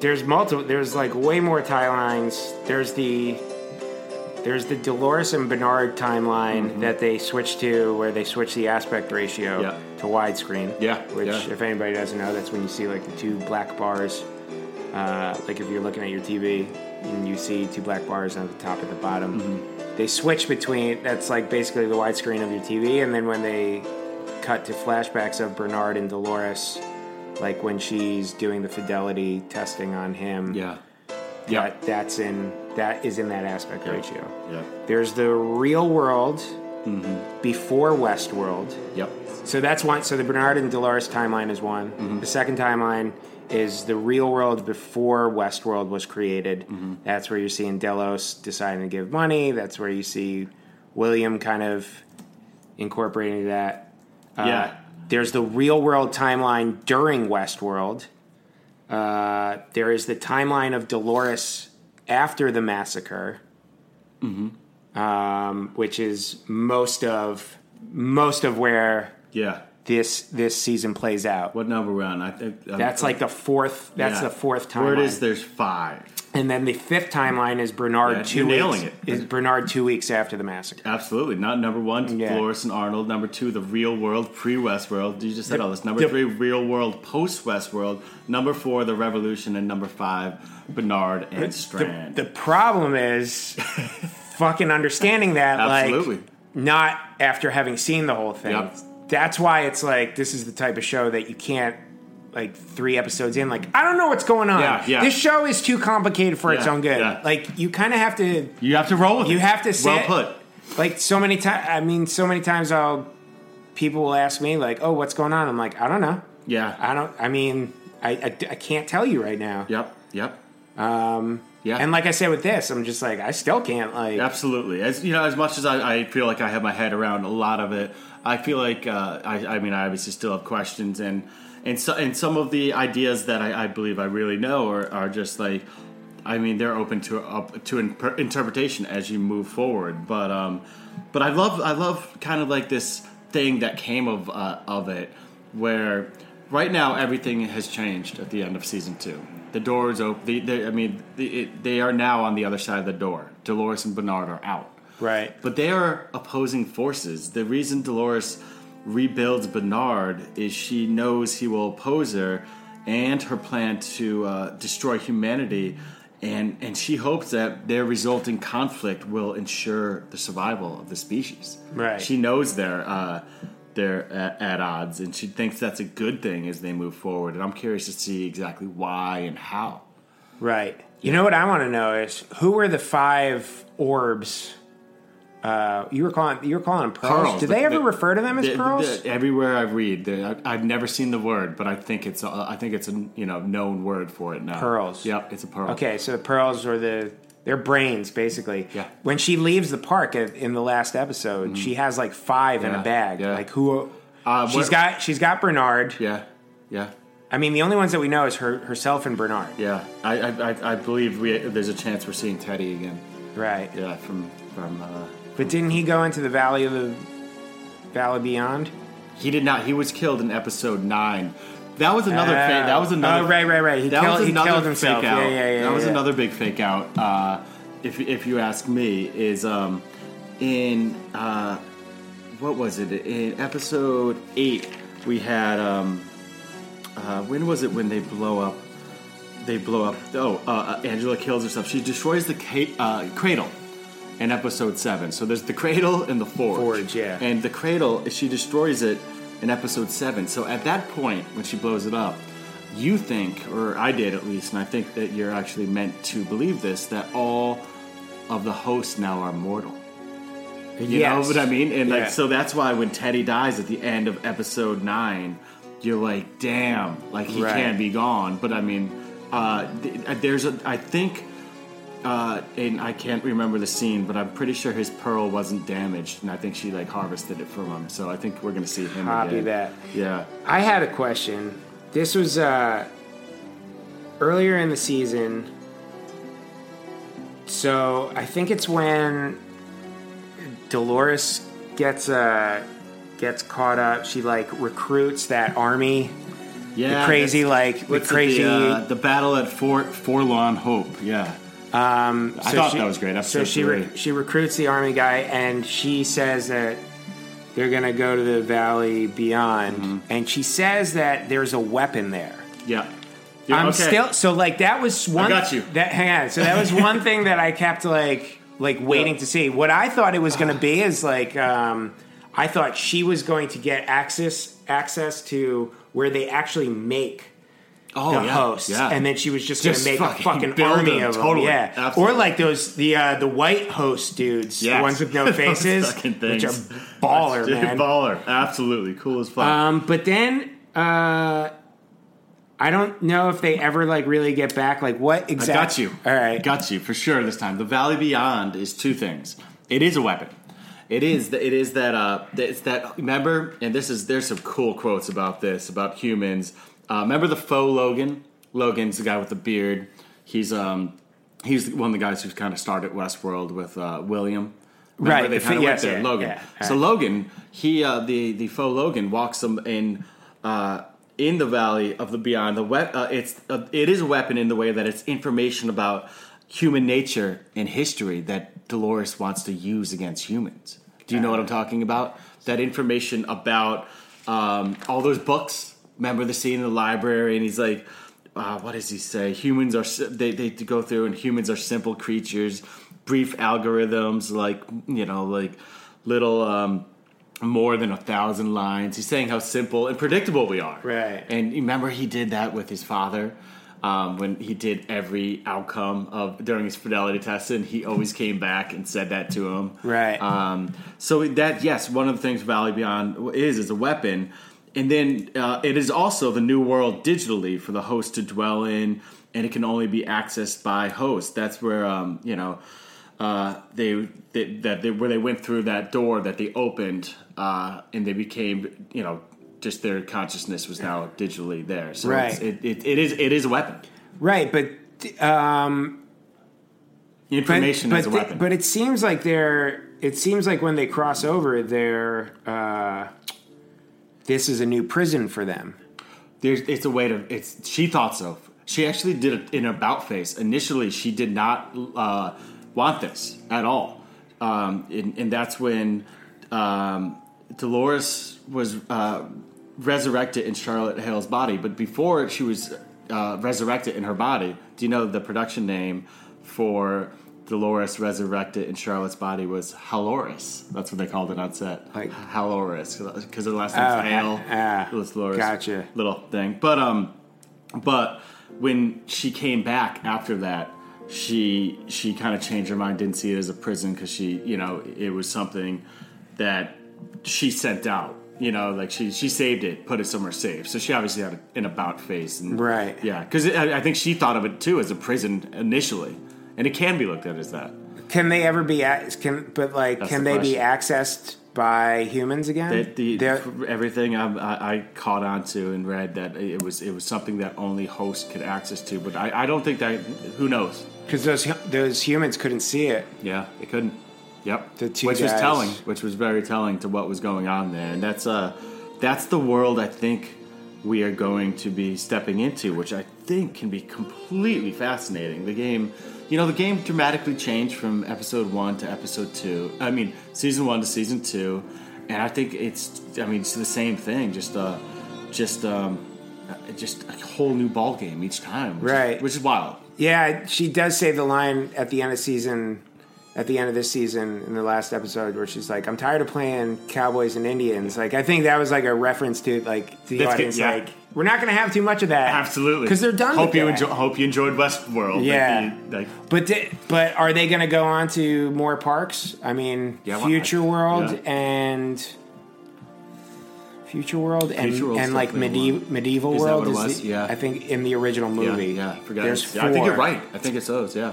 [SPEAKER 5] there's multiple. There's like way more timelines. There's the there's the Dolores and Bernard timeline that they switched to, where they switch the aspect ratio
[SPEAKER 6] Mm-hmm. Yeah.
[SPEAKER 5] to widescreen.
[SPEAKER 6] Yeah,
[SPEAKER 5] Which,
[SPEAKER 6] yeah.
[SPEAKER 5] if anybody doesn't know, that's when you see like the two black bars. Uh, like if you're looking at your TV and you see two black bars on the top and the bottom.
[SPEAKER 6] Mm-hmm.
[SPEAKER 5] They switch between. That's like basically the widescreen of your TV, and then when they cut to flashbacks of Bernard and Dolores, like when she's doing the fidelity testing on him.
[SPEAKER 6] yeah, yeah,
[SPEAKER 5] That, that's in that is in that aspect ratio.
[SPEAKER 6] yeah,
[SPEAKER 5] There's the real world
[SPEAKER 6] Mm-hmm.
[SPEAKER 5] before Westworld.
[SPEAKER 6] yep,
[SPEAKER 5] So that's one. So the Bernard and Dolores timeline is one. The second timeline is the real world before Westworld was created. That's where you're seeing Delos deciding to give money. That's where you see William kind of incorporating that. Uh,
[SPEAKER 6] yeah.
[SPEAKER 5] There's the real world timeline during Westworld. Uh, there is the timeline of Dolores after the massacre, um, which is most of most of where
[SPEAKER 6] Yeah.
[SPEAKER 5] this this season plays out.
[SPEAKER 6] What number we're on? I think I'm-
[SPEAKER 5] That's like the fourth. That's
[SPEAKER 6] yeah.
[SPEAKER 5] the fourth timeline.
[SPEAKER 6] Where it is, there's five.
[SPEAKER 5] And then the fifth timeline is Bernard
[SPEAKER 6] Yeah,
[SPEAKER 5] 2
[SPEAKER 6] you're
[SPEAKER 5] weeks,
[SPEAKER 6] nailing it. Oh,
[SPEAKER 5] Is Bernard two weeks after the massacre?
[SPEAKER 6] Absolutely not number one.
[SPEAKER 5] Yeah.
[SPEAKER 6] Dolores and Arnold. Number two, the real world pre Westworld. You just said all this. Number
[SPEAKER 5] the-
[SPEAKER 6] three, real world post Westworld. Number four, the Revolution, and number five, Bernard and Strand.
[SPEAKER 5] The problem is fucking understanding that.
[SPEAKER 6] Absolutely.
[SPEAKER 5] Like, not after having seen the whole thing.
[SPEAKER 6] Yep.
[SPEAKER 5] That's why it's like this is the type of show that you can't like three episodes in. Like I don't know what's going on.
[SPEAKER 6] Yeah, yeah.
[SPEAKER 5] This show is too complicated for its
[SPEAKER 6] Yeah,
[SPEAKER 5] own good.
[SPEAKER 6] yeah.
[SPEAKER 5] Like you kind of have to.
[SPEAKER 6] you have to roll with it.
[SPEAKER 5] You have to
[SPEAKER 6] Well
[SPEAKER 5] sit-
[SPEAKER 6] put.
[SPEAKER 5] like so many times i mean so many times i'll people will ask me like oh what's going on i'm like i don't know
[SPEAKER 6] Yeah.
[SPEAKER 5] i don't i mean i i, I can't tell you right now
[SPEAKER 6] Yep. Yep.
[SPEAKER 5] um
[SPEAKER 6] Yeah.
[SPEAKER 5] and like i said with this i'm just like i still can't like
[SPEAKER 6] Absolutely. As you know, as much as I, I feel like I have my head around a lot of it, I feel like uh, I, I mean, I obviously still have questions, and and so, and some of the ideas that I, I believe I really know are, are just like, I mean, they're open to up to in- interpretation as you move forward. But um, but I love I love kind of like this thing that came of uh, of it where right now everything has changed at the end of season two. The door is open. The, the, I mean, the, it, they are now on the other side of the door. Dolores and Bernard are out.
[SPEAKER 5] Right.
[SPEAKER 6] But they are opposing forces. The reason Dolores rebuilds Bernard is she knows he will oppose her and her plan to uh, destroy humanity. And, and she hopes that their resulting conflict will ensure the survival of the species.
[SPEAKER 5] Right.
[SPEAKER 6] She knows they're, uh, they're at, at odds, and she thinks that's a good thing as they move forward. And I'm curious to see exactly why and how.
[SPEAKER 5] Right. You know what I want to know is who were the five orbs? Uh, you were calling you were calling them pearls.
[SPEAKER 6] Pearls.
[SPEAKER 5] Do they
[SPEAKER 6] The-
[SPEAKER 5] ever
[SPEAKER 6] the-
[SPEAKER 5] refer to them as
[SPEAKER 6] the-
[SPEAKER 5] pearls?
[SPEAKER 6] the- everywhere I read, the, I, I've never seen the word, but I think it's a, I think it's a you know known word for it now.
[SPEAKER 5] Pearls.
[SPEAKER 6] Yep, it's a pearl.
[SPEAKER 5] okay, so the pearls were the their brains basically.
[SPEAKER 6] Yeah. Mm-hmm.
[SPEAKER 5] When she leaves the park at, in the last episode, she has like five in
[SPEAKER 6] Yeah,
[SPEAKER 5] a bag.
[SPEAKER 6] yeah.
[SPEAKER 5] Like who?
[SPEAKER 6] Uh,
[SPEAKER 5] She's
[SPEAKER 6] what-
[SPEAKER 5] got she's got Bernard.
[SPEAKER 6] Yeah. Yeah.
[SPEAKER 5] I mean, the only ones that we know is her herself and Bernard.
[SPEAKER 6] Yeah. I I, I, I believe we there's a chance we're seeing Teddy again.
[SPEAKER 5] Right.
[SPEAKER 6] Yeah. From from. Uh,
[SPEAKER 5] But didn't he go into the valley of the valley beyond?
[SPEAKER 6] he did not. He was killed in episode nine. That was another. fa- that was
[SPEAKER 5] Oh,
[SPEAKER 6] another.
[SPEAKER 5] right, right, right. He
[SPEAKER 6] that
[SPEAKER 5] killed-
[SPEAKER 6] was
[SPEAKER 5] he
[SPEAKER 6] another
[SPEAKER 5] killed himself.
[SPEAKER 6] fake out.
[SPEAKER 5] Yeah, yeah, yeah,
[SPEAKER 6] That was
[SPEAKER 5] yeah.
[SPEAKER 6] another big fake out. Uh, if if you ask me, is um in uh what was it in episode eight we had um uh, when was it when they blow up they blow up oh uh, Angela kills herself she destroys the ca- uh, cradle in episode seven so there's the cradle and the forge
[SPEAKER 5] Forge, yeah.
[SPEAKER 6] and the cradle she destroys it in episode seven so at that point when she blows it up you think or I did at least and I think that you're actually meant to believe this that all of the hosts now are mortal you
[SPEAKER 5] Yes.
[SPEAKER 6] know what I mean? And
[SPEAKER 5] Yeah.
[SPEAKER 6] like so that's why when Teddy dies at the end of episode nine, you're like, damn, like he
[SPEAKER 5] Right.
[SPEAKER 6] can't be gone. But I mean, uh, th- there's a I think uh, and I can't remember the scene, but I'm pretty sure his pearl wasn't damaged, and I think she like harvested it from him. So I think we're gonna see him.
[SPEAKER 5] Copy
[SPEAKER 6] again.
[SPEAKER 5] that.
[SPEAKER 6] Yeah.
[SPEAKER 5] I had a question. This was uh, earlier in the season. So I think it's when Dolores gets uh, gets caught up. She like recruits that army.
[SPEAKER 6] Yeah.
[SPEAKER 5] crazy,
[SPEAKER 6] that's-
[SPEAKER 5] like, the
[SPEAKER 6] what's it,
[SPEAKER 5] crazy-
[SPEAKER 6] the, uh, the battle at Fort Forlorn Hope. Yeah.
[SPEAKER 5] Um,
[SPEAKER 6] I thought that was great.
[SPEAKER 5] so
[SPEAKER 6] Episode
[SPEAKER 5] she re-
[SPEAKER 6] three.
[SPEAKER 5] she recruits the army guy, and she says that they're gonna go to the valley beyond,
[SPEAKER 6] Mm-hmm.
[SPEAKER 5] and she says that there's a weapon there.
[SPEAKER 6] Yeah.
[SPEAKER 5] I'm
[SPEAKER 6] okay.
[SPEAKER 5] still so like that was one.
[SPEAKER 6] got you.
[SPEAKER 5] That hang on. So that was one thing that I kept like like waiting
[SPEAKER 6] Yeah.
[SPEAKER 5] to see. What I thought it was going to be is like um, I thought she was going to get access access to where they actually make
[SPEAKER 6] oh,
[SPEAKER 5] the
[SPEAKER 6] yeah,
[SPEAKER 5] hosts,
[SPEAKER 6] yeah.
[SPEAKER 5] and then she was just,
[SPEAKER 6] Just
[SPEAKER 5] going to make
[SPEAKER 6] fucking
[SPEAKER 5] a fucking
[SPEAKER 6] build
[SPEAKER 5] army
[SPEAKER 6] them,
[SPEAKER 5] of them.
[SPEAKER 6] totally,
[SPEAKER 5] Yeah,
[SPEAKER 6] absolutely.
[SPEAKER 5] or like those the uh, the white host dudes, the
[SPEAKER 6] Yes.
[SPEAKER 5] ones with no
[SPEAKER 6] Those
[SPEAKER 5] faces,
[SPEAKER 6] fucking
[SPEAKER 5] which are
[SPEAKER 6] things.
[SPEAKER 5] baller,
[SPEAKER 6] Dude,
[SPEAKER 5] man.
[SPEAKER 6] Baller, absolutely cool as fuck.
[SPEAKER 5] Um, but then uh, I don't know if they ever like really get back. Like what
[SPEAKER 6] I
[SPEAKER 5] exactly?
[SPEAKER 6] got you.
[SPEAKER 5] All right.
[SPEAKER 6] got you for sure this time. The Valley Beyond is two things. It is a weapon. It is. th- It is that. Uh, th- it's that. Remember, and this is. There's some cool quotes about this about humans. Uh, remember the faux Logan. Logan's the guy with the beard. He's um, he's one of the guys who's kind of started Westworld with uh, William. Remember,
[SPEAKER 5] Right,
[SPEAKER 6] They
[SPEAKER 5] the
[SPEAKER 6] kind
[SPEAKER 5] fi-
[SPEAKER 6] of went
[SPEAKER 5] yes,
[SPEAKER 6] there.
[SPEAKER 5] yeah,
[SPEAKER 6] Logan.
[SPEAKER 5] yeah, all
[SPEAKER 6] so
[SPEAKER 5] right.
[SPEAKER 6] Logan, he uh, the the faux Logan walks them in uh, in the valley of the beyond. The we- uh, it's uh, it is a weapon in the way that it's information about human nature and history that Dolores wants to use against humans. Do you know what I'm talking about? That information about um, all those books. Remember the scene in the library, and he's like, uh, "What does he say? Humans are si- they they go through, and humans are simple creatures, brief algorithms, like you know, like little." Um, more than a thousand lines. He's saying how simple and predictable we are.
[SPEAKER 5] Right.
[SPEAKER 6] And you remember he did that with his father um, when he did every outcome of during his fidelity test, and he always came back and said that to him.
[SPEAKER 5] Right.
[SPEAKER 6] Um, so that yes, one of the things Valley Beyond is is a weapon, and then uh, it is also the new world digitally for the host to dwell in, and it can only be accessed by hosts. That's where um, you know uh, they, they that they, where they went through that door that they opened, uh, and they became you know just their consciousness was now digitally there. So it's,
[SPEAKER 5] Right.
[SPEAKER 6] it, it, it is it is a weapon.
[SPEAKER 5] Right, but um, but
[SPEAKER 6] Information
[SPEAKER 5] but
[SPEAKER 6] is a
[SPEAKER 5] the-
[SPEAKER 6] weapon.
[SPEAKER 5] but it seems like they're. It seems like when they cross over, they're. Uh, this is a new prison for them.
[SPEAKER 6] There's, it's a way to. It's she thought so. She actually did it in about face. Initially, she did not uh, want this at all. um, and, and that's when um, Dolores was uh, resurrected in Charlotte Hale's body. But before she was uh, resurrected in her body, do you know the production name for Dolores resurrected in Charlotte's body was Haloris? That's what they called it on set.
[SPEAKER 5] Like-
[SPEAKER 6] Haloris, because the last name's
[SPEAKER 5] Oh,
[SPEAKER 6] Hale.
[SPEAKER 5] ah,
[SPEAKER 6] it was Dolores.
[SPEAKER 5] gotcha.
[SPEAKER 6] Little thing, but um, but when she came back after that, she she kind of changed her mind. Didn't see it as a prison because she, you know, it was something that she sent out. You know, like she she saved it, put it somewhere safe. So she obviously had an about face, and
[SPEAKER 5] Right.
[SPEAKER 6] yeah, because I, I think she thought of it too as a prison initially, and it can be looked at as that.
[SPEAKER 5] Can they ever be? ac- Can but like
[SPEAKER 6] That's
[SPEAKER 5] can
[SPEAKER 6] the
[SPEAKER 5] they be accessed by humans again?
[SPEAKER 6] That the,
[SPEAKER 5] They're-
[SPEAKER 6] everything I, I, I caught onto and read that it was it was something that only hosts could access to, but I, I don't think that who knows.
[SPEAKER 5] Because those hu- those humans couldn't see it.
[SPEAKER 6] Yeah, it couldn't. Yep.
[SPEAKER 5] The two
[SPEAKER 6] which
[SPEAKER 5] guys.
[SPEAKER 6] was telling, which was very telling to what was going on there, and that's uh, that's the world I think we are going to be stepping into, which I think can be completely fascinating. The game, you know, the game dramatically changed from episode one to episode two. I mean, season one to season two, and I think it's, I mean, it's the same thing, just uh, just um, uh, just a whole new ball game each time, which is-
[SPEAKER 5] Right.
[SPEAKER 6] which is wild.
[SPEAKER 5] Yeah, she does say the line at the end of season, at the end of this season in the last episode where she's like, "I'm tired of playing Cowboys and Indians." Like, I think that was like a reference to like to the
[SPEAKER 6] Let's get-
[SPEAKER 5] audience,
[SPEAKER 6] yeah.
[SPEAKER 5] like we're not going to have too much of that,
[SPEAKER 6] Absolutely,
[SPEAKER 5] because they're done.
[SPEAKER 6] Hope
[SPEAKER 5] with
[SPEAKER 6] you
[SPEAKER 5] that.
[SPEAKER 6] enjoy. Hope you enjoyed Westworld.
[SPEAKER 5] Yeah.
[SPEAKER 6] Like, the- like,
[SPEAKER 5] But di- but are they going to go on to more parks? I mean,
[SPEAKER 6] Yeah, well,
[SPEAKER 5] Future
[SPEAKER 6] I-
[SPEAKER 5] World
[SPEAKER 6] yeah.
[SPEAKER 5] and Future World and
[SPEAKER 6] Future World's
[SPEAKER 5] and like
[SPEAKER 6] definitely
[SPEAKER 5] medieval medieval
[SPEAKER 6] Is that
[SPEAKER 5] world
[SPEAKER 6] what it
[SPEAKER 5] is
[SPEAKER 6] was?
[SPEAKER 5] the-
[SPEAKER 6] Yeah.
[SPEAKER 5] I think in the original movie.
[SPEAKER 6] Yeah, yeah I forgot.
[SPEAKER 5] There's
[SPEAKER 6] Yeah, I think
[SPEAKER 5] four.
[SPEAKER 6] you're right. I think it's those. Yeah.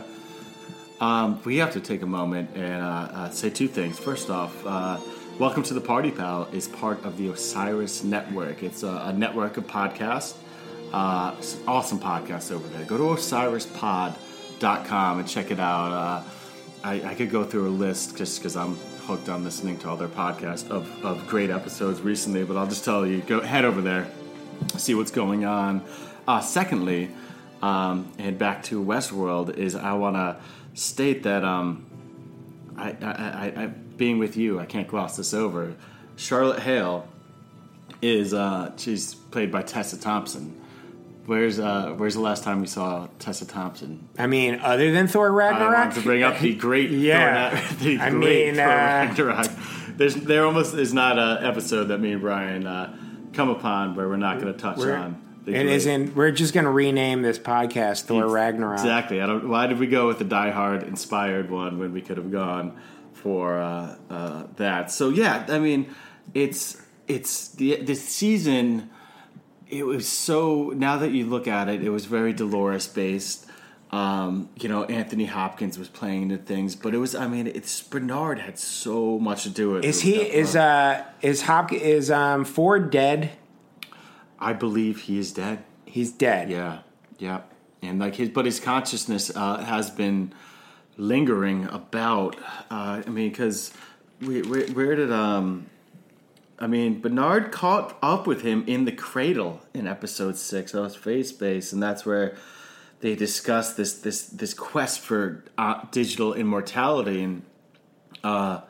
[SPEAKER 6] Um, we have to take a moment and uh, uh, say two things. First off, uh, Welcome to the Party Pal is part of the Osiris Network. It's a, a network of podcasts. Uh, s- awesome podcasts over there. Go to osirispod.com and check it out. Uh, I, I could go through a list just because I'm hooked on listening to all their podcasts of, of great episodes recently, but I'll just tell you go head over there see what's going on. Uh, secondly, um, and back to Westworld is I want to state that um, I, I, I, I being with you, I can't gloss this over. Charlotte Hale is uh, she's played by Tessa Thompson. Where's uh, Where's the last time we saw Tessa Thompson?
[SPEAKER 5] I mean, other than Thor
[SPEAKER 6] I
[SPEAKER 5] Ragnarok,
[SPEAKER 6] want to bring up the great
[SPEAKER 5] Yeah.
[SPEAKER 6] Thor- the
[SPEAKER 5] I
[SPEAKER 6] great
[SPEAKER 5] mean,
[SPEAKER 6] Thor
[SPEAKER 5] uh,
[SPEAKER 6] Ragnarok. There's there almost is not an episode that me and Brian uh, come upon where we're not going to touch
[SPEAKER 5] we're,
[SPEAKER 6] on. the
[SPEAKER 5] it
[SPEAKER 6] great-
[SPEAKER 5] isn't. We're just going to rename this podcast Thor Ragnarok.
[SPEAKER 6] Exactly. I don't. Why did we go with the Die Hard inspired one when we could have gone for uh, uh, that? So yeah, I mean, it's it's the this season. It was so. Now that you look at it, it was very Dolores based. Um, you know, Anthony Hopkins was playing into things, but it was. I mean, it's Bernard had so much to do with.
[SPEAKER 5] Is
[SPEAKER 6] it.
[SPEAKER 5] he is uh is Hop is um Ford dead?
[SPEAKER 6] I believe he is dead.
[SPEAKER 5] He's dead.
[SPEAKER 6] Yeah, yeah, and like his, but his consciousness uh, has been lingering about. Uh, I mean, because we, where, where did um, I mean, Bernard caught up with him in the cradle in episode six. That was Phase Space, and that's where they discuss this this this quest for uh, digital immortality and uh,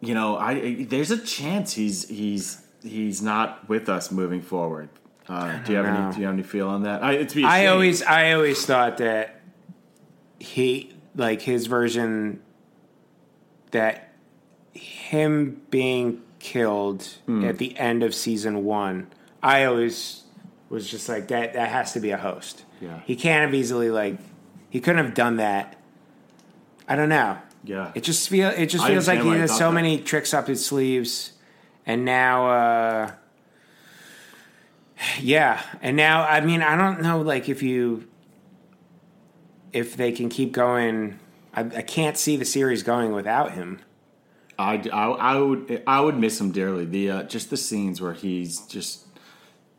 [SPEAKER 6] you know, I- I there's a chance he's he's he's not with us moving forward. Uh, do you have
[SPEAKER 5] know.
[SPEAKER 6] any Do you have any feel on that? I, it's be a
[SPEAKER 5] I
[SPEAKER 6] shame.
[SPEAKER 5] always I always thought that he like his version that him being killed at the end of season one. I always was just like that. That has to be a host.
[SPEAKER 6] Yeah.
[SPEAKER 5] he can't have easily like he couldn't have done that. I don't know.
[SPEAKER 6] Yeah.
[SPEAKER 5] it just feel it just
[SPEAKER 6] I
[SPEAKER 5] feels like
[SPEAKER 6] understand
[SPEAKER 5] he
[SPEAKER 6] why you
[SPEAKER 5] has
[SPEAKER 6] thought
[SPEAKER 5] so
[SPEAKER 6] that.
[SPEAKER 5] many tricks up his sleeves, and now. uh yeah, and now I mean I don't know like if you if they can keep going. I, I can't see the series going without him.
[SPEAKER 6] I, I, I would I would miss him dearly. The uh, just the scenes where he's just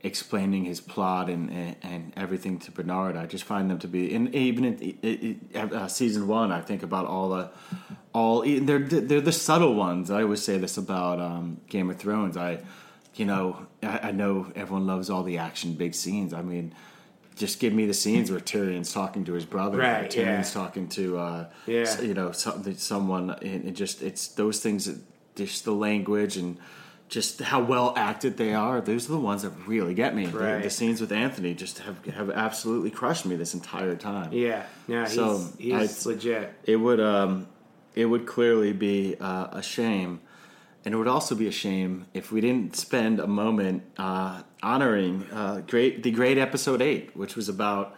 [SPEAKER 6] explaining his plot and, and, and everything to Bernard. I just find them to be and even in, in, in, uh, season one. I think about all the all e, they're they're the subtle ones. I always say this about um, Game of Thrones. I you know I, I know everyone loves all the action big scenes. I mean just give me the scenes where Tyrion's talking to his brother,
[SPEAKER 5] Right,
[SPEAKER 6] Tyrion's
[SPEAKER 5] yeah.
[SPEAKER 6] talking to uh,
[SPEAKER 5] Yeah.
[SPEAKER 6] s- you know something, someone, and it just it's those things, that- just the language and just how well acted they are. Those are the ones that really get me. The- The,
[SPEAKER 5] Right.
[SPEAKER 6] scenes with Anthony just have have absolutely crushed me this entire time.
[SPEAKER 5] Yeah, no, he's,
[SPEAKER 6] So,
[SPEAKER 5] he's
[SPEAKER 6] I-
[SPEAKER 5] legit.
[SPEAKER 6] It would um, it would clearly be uh, a shame, and it would also be a shame if we didn't spend a moment uh, honoring uh, great the great episode eight, which was about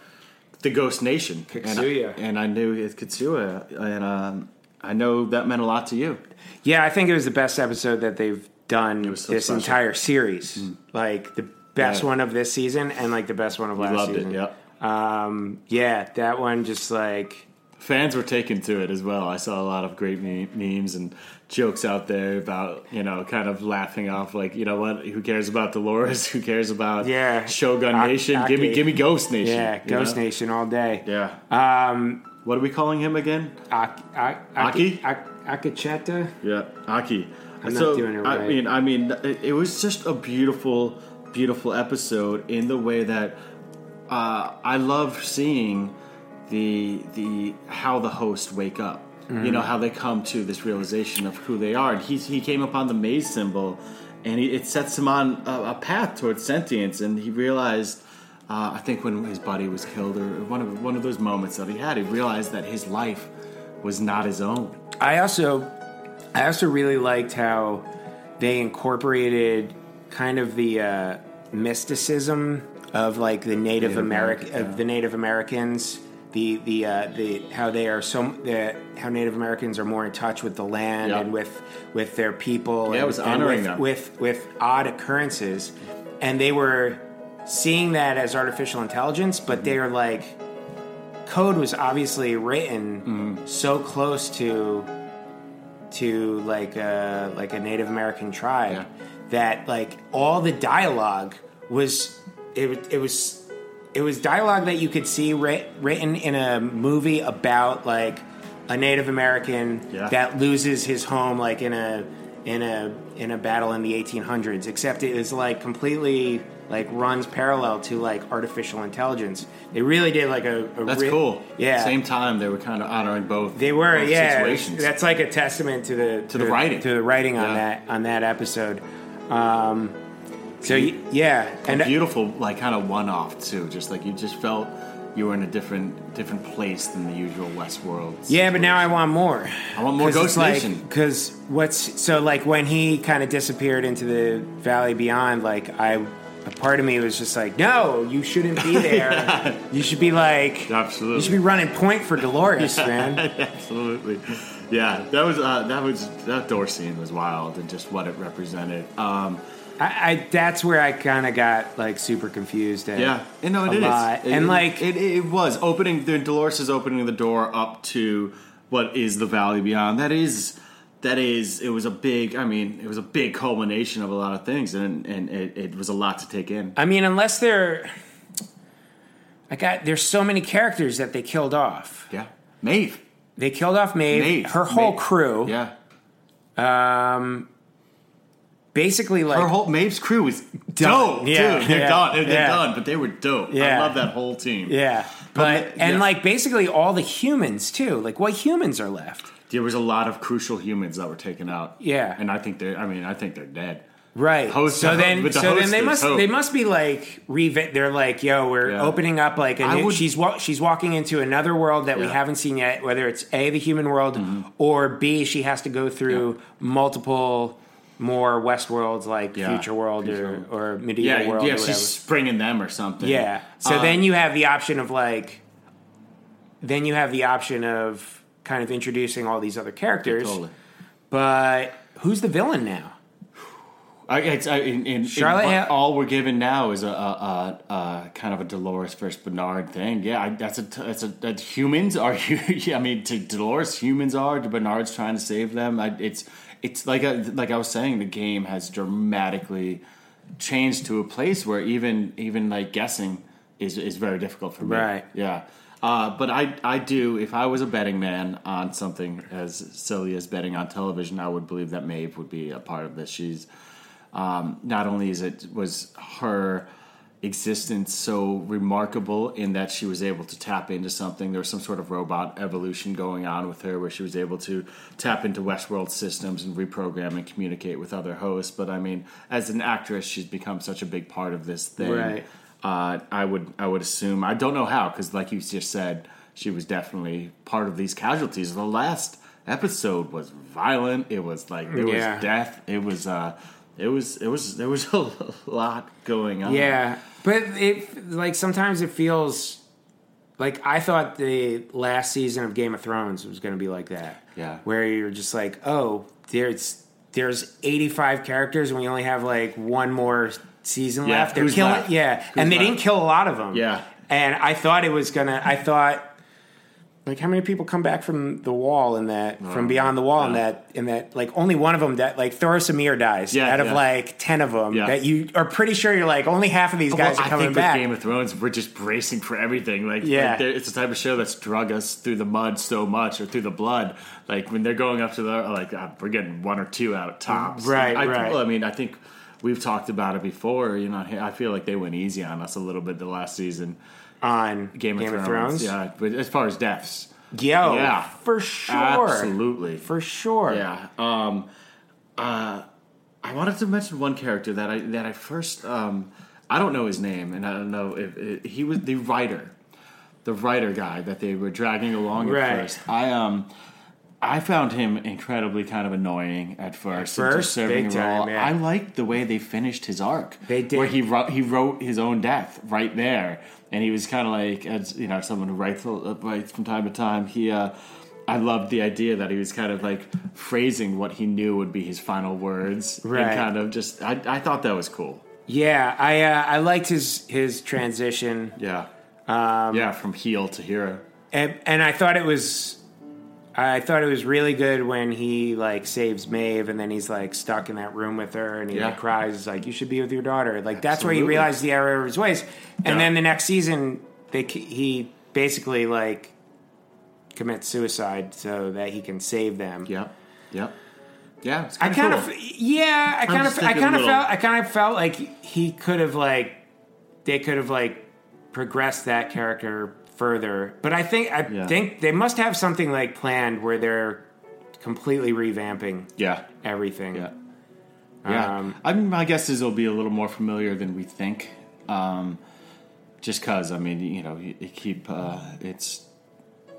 [SPEAKER 6] the Ghost Nation.
[SPEAKER 5] Kitsuya.
[SPEAKER 6] and I, and I knew it's Katsuya, and um, I know that meant a lot to you.
[SPEAKER 5] Yeah, I think it was the best episode that they've done
[SPEAKER 6] was so
[SPEAKER 5] this
[SPEAKER 6] special. Mm.
[SPEAKER 5] entire series. Like the best
[SPEAKER 6] Yeah.
[SPEAKER 5] one of this season and like the best one of
[SPEAKER 6] I
[SPEAKER 5] last
[SPEAKER 6] loved
[SPEAKER 5] season.
[SPEAKER 6] it. Yep.
[SPEAKER 5] Um, yeah, that one just like
[SPEAKER 6] Fans were taken to it as well. I saw a lot of great me- memes and jokes out there about, you know, kind of laughing off like, you know what, who cares about Dolores? Who cares about
[SPEAKER 5] Yeah.
[SPEAKER 6] Shogun
[SPEAKER 5] Ak-
[SPEAKER 6] Nation? give me
[SPEAKER 5] Aki.
[SPEAKER 6] give me Ghost Nation.
[SPEAKER 5] yeah,
[SPEAKER 6] you know?
[SPEAKER 5] Ghost Nation all day.
[SPEAKER 6] Yeah.
[SPEAKER 5] Um,
[SPEAKER 6] what are we calling him again?
[SPEAKER 5] Ak- Ak-
[SPEAKER 6] Aki?
[SPEAKER 5] Ak- Akicheta.
[SPEAKER 6] Yeah, Aki.
[SPEAKER 5] I'm not
[SPEAKER 6] so,
[SPEAKER 5] doing it
[SPEAKER 6] I
[SPEAKER 5] right.
[SPEAKER 6] mean, I mean, it, it was just a beautiful, beautiful episode in the way that uh, I love seeing the the how the hosts wake up. You
[SPEAKER 5] Mm-hmm.
[SPEAKER 6] know how they come to this realization of who they are. And he he came upon the maze symbol, and he, it sets him on a, a path towards sentience. And he realized. Uh, I think when his buddy was killed, or one of one of those moments that he had, he realized that his life was not his own.
[SPEAKER 5] I also I also really liked how they incorporated kind of the uh, mysticism of like the Native,
[SPEAKER 6] Native
[SPEAKER 5] American
[SPEAKER 6] American,
[SPEAKER 5] of the Native Americans. The the uh, the how they are so the, how Native Americans are more in touch with the land
[SPEAKER 6] Yeah.
[SPEAKER 5] and with with their people.
[SPEAKER 6] Yeah,
[SPEAKER 5] and,
[SPEAKER 6] it was
[SPEAKER 5] and
[SPEAKER 6] honoring
[SPEAKER 5] with,
[SPEAKER 6] them.
[SPEAKER 5] with with odd occurrences, and they were seeing that as artificial intelligence, but
[SPEAKER 6] Mm-hmm.
[SPEAKER 5] they are like code was obviously written
[SPEAKER 6] Mm-hmm.
[SPEAKER 5] so close to to like a like a Native American tribe
[SPEAKER 6] Yeah.
[SPEAKER 5] that like all the dialogue was it wa- it was it was dialogue that you could see writ, written in a movie about like a Native American
[SPEAKER 6] Yeah.
[SPEAKER 5] that loses his home like in a in a in a battle in the 1800s except it is like completely like runs parallel to like artificial intelligence they really did like a, a
[SPEAKER 6] That's
[SPEAKER 5] re-
[SPEAKER 6] cool.
[SPEAKER 5] yeah
[SPEAKER 6] Same time, they were kind of honoring both.
[SPEAKER 5] they were,
[SPEAKER 6] both
[SPEAKER 5] yeah.
[SPEAKER 6] Situations.
[SPEAKER 5] That's like a testament to the
[SPEAKER 6] To the writing.
[SPEAKER 5] to the writing on
[SPEAKER 6] Yeah.
[SPEAKER 5] that on that episode. Um, so y- yeah, and
[SPEAKER 6] beautiful, like kind of one-off too. Just like you just felt you were in a different different place than the usual West world.
[SPEAKER 5] yeah, but now I want more.
[SPEAKER 6] I want more Ghost Nation.
[SPEAKER 5] Because what's so like when he kind of disappeared into the valley beyond? Like I, a part of me was just like, no, you shouldn't be there. You should be like,
[SPEAKER 6] Absolutely.
[SPEAKER 5] You should be running point for Dolores, man.
[SPEAKER 6] Absolutely. Yeah, that was uh, that was that door scene was wild and just what it represented. Um,
[SPEAKER 5] I, I that's where I kind of got like super confused. At
[SPEAKER 6] Yeah, and no,
[SPEAKER 5] a
[SPEAKER 6] it is,
[SPEAKER 5] lot.
[SPEAKER 6] It-
[SPEAKER 5] and
[SPEAKER 6] it-
[SPEAKER 5] like
[SPEAKER 6] it, it was opening. The Dolores is opening the door up to what is the Valley Beyond. That is, that is. It was a big. I mean, it was a big culmination of a lot of things, and and it, it was a lot to take in.
[SPEAKER 5] I mean, unless they're, I got there's so many characters that they killed off.
[SPEAKER 6] Yeah, Maeve,
[SPEAKER 5] They killed off Maeve,
[SPEAKER 6] Maeve,
[SPEAKER 5] her whole
[SPEAKER 6] Maeve.
[SPEAKER 5] crew.
[SPEAKER 6] Yeah,
[SPEAKER 5] Um, basically, like
[SPEAKER 6] her whole Maeve's crew was
[SPEAKER 5] Done.
[SPEAKER 6] dope.
[SPEAKER 5] Yeah,
[SPEAKER 6] dude. they're
[SPEAKER 5] yeah,
[SPEAKER 6] done. They're,
[SPEAKER 5] yeah.
[SPEAKER 6] they're done, but they were dope.
[SPEAKER 5] Yeah.
[SPEAKER 6] I love that whole team.
[SPEAKER 5] yeah, but
[SPEAKER 6] Ma-
[SPEAKER 5] and
[SPEAKER 6] yeah.
[SPEAKER 5] like basically all the humans too. Like what humans are left?
[SPEAKER 6] there was a lot of crucial humans that were taken out.
[SPEAKER 5] Yeah.
[SPEAKER 6] and I think they're. I mean, I think they're dead.
[SPEAKER 5] Right.
[SPEAKER 6] Host-
[SPEAKER 5] so then,
[SPEAKER 6] with the
[SPEAKER 5] so then
[SPEAKER 6] host
[SPEAKER 5] they
[SPEAKER 6] is
[SPEAKER 5] must
[SPEAKER 6] hope.
[SPEAKER 5] they must be like revit. They're like, yo, we're
[SPEAKER 6] Yeah.
[SPEAKER 5] opening up like a
[SPEAKER 6] I
[SPEAKER 5] new,
[SPEAKER 6] would-
[SPEAKER 5] she's wa- she's walking into another world that we
[SPEAKER 6] Yeah. Mm-hmm.
[SPEAKER 5] haven't seen yet. Whether it's a the human world or b she has to go through multiple more West worlds like
[SPEAKER 6] Yeah.
[SPEAKER 5] future world or, or medieval
[SPEAKER 6] Yeah, yeah,
[SPEAKER 5] world or whatever.
[SPEAKER 6] she's springing them or something.
[SPEAKER 5] yeah. So
[SPEAKER 6] Uh,
[SPEAKER 5] then you have the option of like, then you have the option of kind of introducing all these other characters.
[SPEAKER 6] Totally.
[SPEAKER 5] But who's the villain now?
[SPEAKER 6] I, it's, I, in, in,
[SPEAKER 5] Charlotte
[SPEAKER 6] in,
[SPEAKER 5] Ha-
[SPEAKER 6] all we're given now is a, a, a, a kind of a Dolores versus Bernard thing. Yeah, I, that's a t- that's a that humans are. hu- yeah, I mean, to Dolores, humans are. To Bernard's trying to save them. I, it's it's like I, like I was saying, the game has dramatically changed to a place where even even like guessing is is very difficult for me.
[SPEAKER 5] Right.
[SPEAKER 6] Yeah. Uh, but I, I do. If I was a betting man on something as silly as betting on television, I would believe that Maeve would be a part of this. She's um, not only is it was her existence so remarkable in that she was able to tap into something. There was some sort of robot evolution going on with her where she was able to tap into Westworld systems and reprogram and communicate with other hosts. But I mean, as an actress, she's become such a big part of this thing.
[SPEAKER 5] Right.
[SPEAKER 6] Uh, I would I would assume I don't know how because like you just said, she was definitely part of these casualties. The last episode was violent. It was like there
[SPEAKER 5] Yeah.
[SPEAKER 6] was death. It was uh, it was it was there was a lot going on.
[SPEAKER 5] Yeah, but it like sometimes it feels like I thought the last season of Game of Thrones was going to be like that.
[SPEAKER 6] Yeah.
[SPEAKER 5] where you're just like, oh, there's there's 85 characters and we only have like one more season
[SPEAKER 6] Yeah,
[SPEAKER 5] left. They're
[SPEAKER 6] who's
[SPEAKER 5] killing,
[SPEAKER 6] left?
[SPEAKER 5] yeah, and they
[SPEAKER 6] left?
[SPEAKER 5] didn't kill a lot of them.
[SPEAKER 6] Yeah.
[SPEAKER 5] and I thought it was gonna. I thought. Like how many people come back from the wall in that, from beyond the wall in
[SPEAKER 6] Oh, yeah.
[SPEAKER 5] that, in that, like only one of them that, like Thoris Amir dies
[SPEAKER 6] Yeah,
[SPEAKER 5] out of
[SPEAKER 6] yeah.
[SPEAKER 5] like ten of them
[SPEAKER 6] Yeah.
[SPEAKER 5] that you are pretty sure you're like only half of these
[SPEAKER 6] Well,
[SPEAKER 5] guys are
[SPEAKER 6] I
[SPEAKER 5] coming
[SPEAKER 6] think
[SPEAKER 5] back.
[SPEAKER 6] with Game of Thrones, we're just bracing for everything. Like,
[SPEAKER 5] Yeah.
[SPEAKER 6] like, there- it's the type of show that's drug us through the mud so much, or through the blood. Like when they're going up to the like, ah, we're getting one or two out of tops.
[SPEAKER 5] Right,
[SPEAKER 6] I,
[SPEAKER 5] right.
[SPEAKER 6] Well, I mean, I think we've talked about it before. You know, I feel like they went easy on us a little bit the last season.
[SPEAKER 5] on
[SPEAKER 6] Game, of, Thrones, yeah. But as far as deaths,
[SPEAKER 5] Yo,
[SPEAKER 6] Yeah.
[SPEAKER 5] for sure,
[SPEAKER 6] absolutely,
[SPEAKER 5] for sure.
[SPEAKER 6] yeah. Um, uh, I wanted to mention one character that I that I first um, I don't know his name, and I don't know if if- he was the writer, the writer guy that they were dragging along at
[SPEAKER 5] Right.
[SPEAKER 6] first. I um. I found him incredibly kind of annoying at first.
[SPEAKER 5] At
[SPEAKER 6] and
[SPEAKER 5] first?
[SPEAKER 6] just serving
[SPEAKER 5] Big
[SPEAKER 6] a role.
[SPEAKER 5] time, yeah.
[SPEAKER 6] I liked the way they finished his arc.
[SPEAKER 5] They did.
[SPEAKER 6] Where he wrote, he wrote his own death right there, and he was kind of like, as you know, someone who writes, a- writes from time to time. He, uh, I loved the idea that he was kind of like phrasing what he knew would be his final words,
[SPEAKER 5] Right.
[SPEAKER 6] And kind of just, I, I thought that was cool.
[SPEAKER 5] yeah. I uh, I liked his his transition,
[SPEAKER 6] Yeah. Um, yeah, from heel to hero.
[SPEAKER 5] and and I thought it was. I thought it was really good when he like saves Maeve, and then he's like stuck in that room with her, and he
[SPEAKER 6] Yeah.
[SPEAKER 5] like cries like, "You should be with your daughter." Like that's where he
[SPEAKER 6] Absolutely.
[SPEAKER 5] realized the error of his ways. And
[SPEAKER 6] Yeah.
[SPEAKER 5] then the next season, they c- he basically like commits suicide so that he can save them.
[SPEAKER 6] Yep. Yep. Yeah. it's
[SPEAKER 5] I
[SPEAKER 6] kinda
[SPEAKER 5] kind
[SPEAKER 6] cool.
[SPEAKER 5] of, yeah, I kind of,
[SPEAKER 6] just
[SPEAKER 5] I
[SPEAKER 6] thinking
[SPEAKER 5] kind of
[SPEAKER 6] little-
[SPEAKER 5] felt, I kind of felt like he could have like, they could have like progressed that character further. But I think, I
[SPEAKER 6] Yeah.
[SPEAKER 5] think they must have something like planned where they're completely revamping
[SPEAKER 6] Yeah.
[SPEAKER 5] everything.
[SPEAKER 6] Yeah. Yeah.
[SPEAKER 5] Um,
[SPEAKER 6] I mean, my guess is it'll be a little more familiar than we think. Um, just because, I mean, you know, you, you keep uh, it's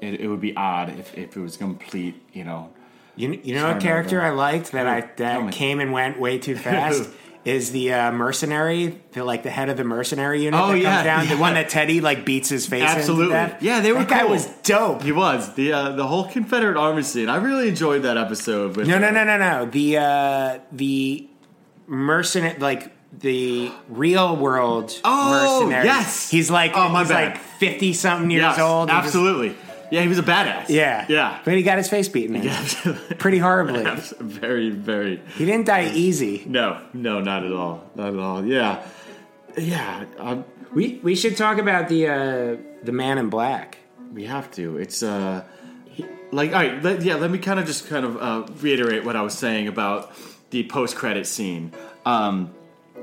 [SPEAKER 6] it, it would be odd if, if it was complete, you know.
[SPEAKER 5] You, you know
[SPEAKER 6] Sorry
[SPEAKER 5] a
[SPEAKER 6] about
[SPEAKER 5] character
[SPEAKER 6] that.
[SPEAKER 5] I liked that I
[SPEAKER 6] tell
[SPEAKER 5] that
[SPEAKER 6] me.
[SPEAKER 5] came and went way too fast. Is the uh, mercenary, the, like the head of the mercenary unit
[SPEAKER 6] Oh,
[SPEAKER 5] that
[SPEAKER 6] yeah,
[SPEAKER 5] comes down, the
[SPEAKER 6] yeah.
[SPEAKER 5] one that Teddy like beats his face into
[SPEAKER 6] Absolutely.
[SPEAKER 5] death?
[SPEAKER 6] Yeah, they were
[SPEAKER 5] That guy
[SPEAKER 6] cool.
[SPEAKER 5] was dope.
[SPEAKER 6] He was the uh, the whole Confederate Army scene. I really enjoyed that episode. With
[SPEAKER 5] No, no,
[SPEAKER 6] uh,
[SPEAKER 5] no, no, no. The uh, the mercenary, like the real world
[SPEAKER 6] Oh,
[SPEAKER 5] mercenary.
[SPEAKER 6] yes!
[SPEAKER 5] he's like
[SPEAKER 6] Oh, my
[SPEAKER 5] he's
[SPEAKER 6] bad.
[SPEAKER 5] like fifty something years
[SPEAKER 6] Yes,
[SPEAKER 5] old. and just-
[SPEAKER 6] Absolutely. yeah, he was a badass.
[SPEAKER 5] yeah,
[SPEAKER 6] Yeah.
[SPEAKER 5] But he got his face beaten in pretty horribly.
[SPEAKER 6] very, very.
[SPEAKER 5] He didn't die easy.
[SPEAKER 6] No, no, not at all. Not at all. Yeah. Yeah. Um,
[SPEAKER 5] We we should talk about the uh, the man in black.
[SPEAKER 6] We have to. It's uh, like all right. Let, yeah, let me kind of just kind of uh, reiterate what I was saying about the post-credit scene. Um,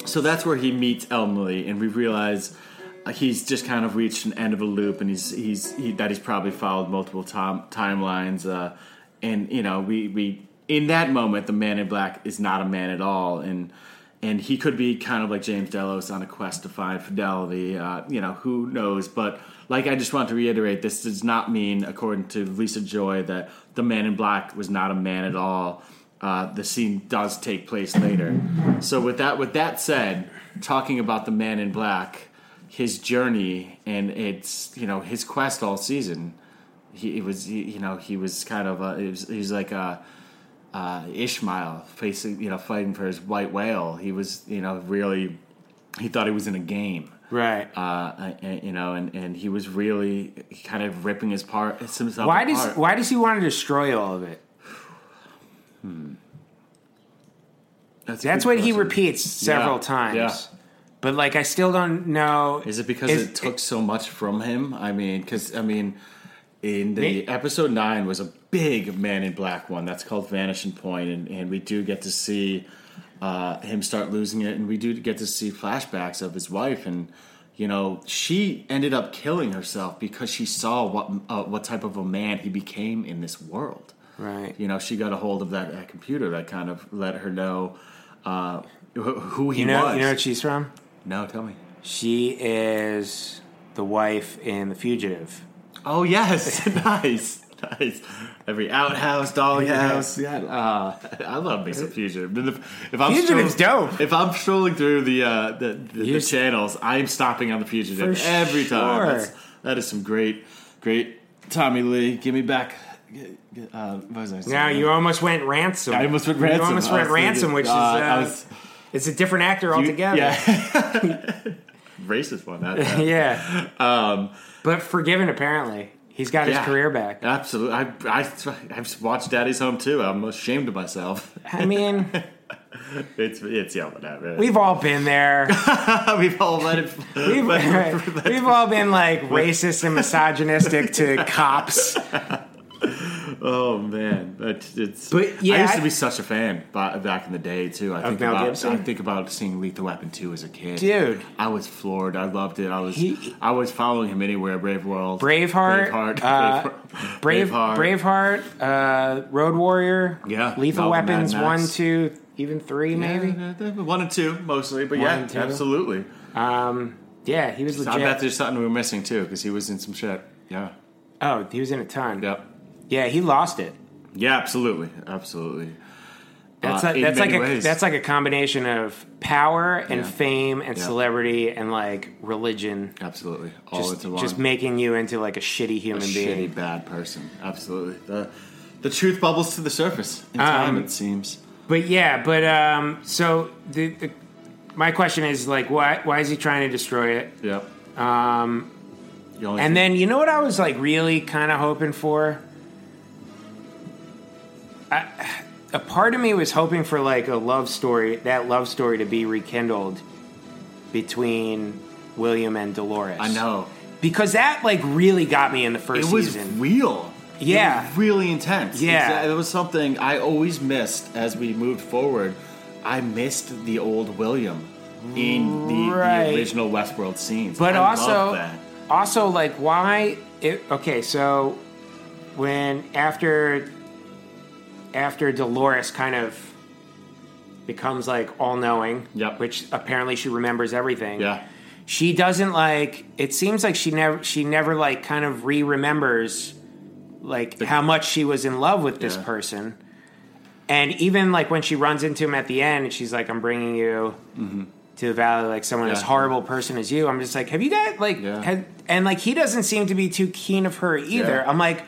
[SPEAKER 6] so that's where he meets Emily, and we realize uh, he's just kind of reached an end of a loop, and he's he's he, that he's probably followed multiple time, timelines. Uh, and you know, we we in that moment, the man in black is not a man at all, and and he could be kind of like James Delos on a quest to find fidelity. Uh, you know, who knows? But like, I just want to reiterate, this does not mean, according to Lisa Joy, that the man in black was not a man at all. Uh, the scene does take place later. So with that, with that said, talking about the man in black, his journey and it's you know his quest all season. He it was he- you know he was kind of a, he, was, he was like a uh, Ishmael facing you know fighting for his white whale. He was you know really he thought he was in a game
[SPEAKER 5] Right.
[SPEAKER 6] uh, and, you know, and, and he was really kind of ripping his part himself.
[SPEAKER 5] why
[SPEAKER 6] apart.
[SPEAKER 5] does why does he want to destroy all of it?
[SPEAKER 6] a
[SPEAKER 5] That's
[SPEAKER 6] good
[SPEAKER 5] what he
[SPEAKER 6] question.
[SPEAKER 5] repeats several
[SPEAKER 6] Yeah,
[SPEAKER 5] times.
[SPEAKER 6] yeah.
[SPEAKER 5] But like, I still don't know.
[SPEAKER 6] Is it because
[SPEAKER 5] Is-
[SPEAKER 6] it took so much from him? I mean, because I mean, in the
[SPEAKER 5] Me-
[SPEAKER 6] episode nine was a big Man in Black one. That's called Vanishing Point, and, and we do get to see uh, him start losing it, and we do get to see flashbacks of his wife and you know, she ended up killing herself because she saw what uh, what type of a man he became in this world.
[SPEAKER 5] Right.
[SPEAKER 6] You know, she got a hold of that, that computer that kind of let her know uh, who, who he
[SPEAKER 5] You know,
[SPEAKER 6] was.
[SPEAKER 5] you know what she's from?
[SPEAKER 6] no, tell me.
[SPEAKER 5] She is the wife in The Fugitive.
[SPEAKER 6] Oh yes, nice, nice. Every outhouse, doghouse. Yeah, uh, I love me some fugitive. If, if I'm
[SPEAKER 5] Fugitive's
[SPEAKER 6] strolling-
[SPEAKER 5] dope.
[SPEAKER 6] If I'm strolling through the uh, the, the, the
[SPEAKER 5] You're-
[SPEAKER 6] channels, I'm stopping on the fugitive
[SPEAKER 5] For
[SPEAKER 6] every time.
[SPEAKER 5] sure.
[SPEAKER 6] That's, that is some great, great Tommy Lee. Give me back. get- get, Uh, what was I saying?
[SPEAKER 5] Now you almost went ransom.
[SPEAKER 6] I almost went ransom.
[SPEAKER 5] You almost
[SPEAKER 6] I
[SPEAKER 5] went
[SPEAKER 6] was thinking,
[SPEAKER 5] ransom, which
[SPEAKER 6] uh,
[SPEAKER 5] is
[SPEAKER 6] I
[SPEAKER 5] uh,
[SPEAKER 6] was-
[SPEAKER 5] it's a different actor
[SPEAKER 6] you-
[SPEAKER 5] altogether.
[SPEAKER 6] Yeah. Racist one. That, uh, that.
[SPEAKER 5] yeah. but forgiven apparently. He's got his
[SPEAKER 6] Um, Yeah.
[SPEAKER 5] career back.
[SPEAKER 6] Absolutely. I, I, I've watched Daddy's Home too. I'm ashamed of myself.
[SPEAKER 5] I mean,
[SPEAKER 6] It's it's yeah, whatever.
[SPEAKER 5] we've all been there.
[SPEAKER 6] we've all let it.
[SPEAKER 5] We've,
[SPEAKER 6] let it-
[SPEAKER 5] we've all been like racist and misogynistic to cops.
[SPEAKER 6] oh man, it's, it's.
[SPEAKER 5] But, yeah,
[SPEAKER 6] I used to
[SPEAKER 5] I-
[SPEAKER 6] be such a fan ba- back in the day too. I think
[SPEAKER 5] Mel
[SPEAKER 6] about
[SPEAKER 5] Gibson?
[SPEAKER 6] I think about seeing Lethal Weapon two as a kid,
[SPEAKER 5] Dude.
[SPEAKER 6] I was floored. I loved it. I was
[SPEAKER 5] He-
[SPEAKER 6] I was following him anywhere. Brave World,
[SPEAKER 5] Braveheart,
[SPEAKER 6] Braveheart,
[SPEAKER 5] uh, Brave,
[SPEAKER 6] Braveheart.
[SPEAKER 5] Braveheart, uh, Road Warrior,
[SPEAKER 6] Yeah,
[SPEAKER 5] Lethal
[SPEAKER 6] Malcolm, Mad
[SPEAKER 5] Weapons
[SPEAKER 6] Max.
[SPEAKER 5] one, two, even three, maybe.
[SPEAKER 6] one and two mostly, but
[SPEAKER 5] One
[SPEAKER 6] yeah,
[SPEAKER 5] and two.
[SPEAKER 6] absolutely.
[SPEAKER 5] Um, yeah, he was
[SPEAKER 6] I bet
[SPEAKER 5] legit.
[SPEAKER 6] there's something we were missing too because he was in some shit. Yeah,
[SPEAKER 5] Oh, he was in a ton.
[SPEAKER 6] yep,
[SPEAKER 5] Yeah, he lost it.
[SPEAKER 6] yeah, absolutely, absolutely.
[SPEAKER 5] That's
[SPEAKER 6] Uh,
[SPEAKER 5] like
[SPEAKER 6] in
[SPEAKER 5] that's like
[SPEAKER 6] many
[SPEAKER 5] a
[SPEAKER 6] ways.
[SPEAKER 5] that's like a combination of power and
[SPEAKER 6] Yeah.
[SPEAKER 5] fame and
[SPEAKER 6] Yeah. Oh,
[SPEAKER 5] celebrity and like religion,
[SPEAKER 6] Absolutely, all
[SPEAKER 5] just
[SPEAKER 6] into one.
[SPEAKER 5] just making you into like a shitty human
[SPEAKER 6] a
[SPEAKER 5] being.
[SPEAKER 6] shitty bad person. Absolutely. The the truth bubbles to the surface in time,
[SPEAKER 5] Um,
[SPEAKER 6] it seems.
[SPEAKER 5] But yeah, but um, so the, the my question is like, why why is he trying to destroy it?
[SPEAKER 6] Yep. Um,
[SPEAKER 5] And then you know what I was like really kind of hoping for. I, a part of me was hoping for like a love story, that love story to be rekindled between William and Dolores.
[SPEAKER 6] I know
[SPEAKER 5] because that like really got me in the first
[SPEAKER 6] it was
[SPEAKER 5] season.
[SPEAKER 6] real. It
[SPEAKER 5] Yeah.
[SPEAKER 6] was really intense.
[SPEAKER 5] Yeah.
[SPEAKER 6] It's- it was something I always missed as we moved forward. I missed the old William in the,
[SPEAKER 5] Right.
[SPEAKER 6] the original Westworld scenes,
[SPEAKER 5] but
[SPEAKER 6] I love
[SPEAKER 5] also
[SPEAKER 6] that.
[SPEAKER 5] also like why it okay so when after after dolores kind of becomes like all-knowing
[SPEAKER 6] Yep.
[SPEAKER 5] which apparently she remembers everything
[SPEAKER 6] yeah,
[SPEAKER 5] she doesn't like it seems like she never she never like kind of re-remembers like how much she was in love with this
[SPEAKER 6] Yeah.
[SPEAKER 5] person and even like when she runs into him at the end she's like i'm bringing you to the valley like someone as
[SPEAKER 6] Mm-hmm. Yeah.
[SPEAKER 5] horrible person as you i'm just like have you guys like
[SPEAKER 6] Yeah.
[SPEAKER 5] had, and like he doesn't seem to be too keen of her either
[SPEAKER 6] Yeah.
[SPEAKER 5] i'm like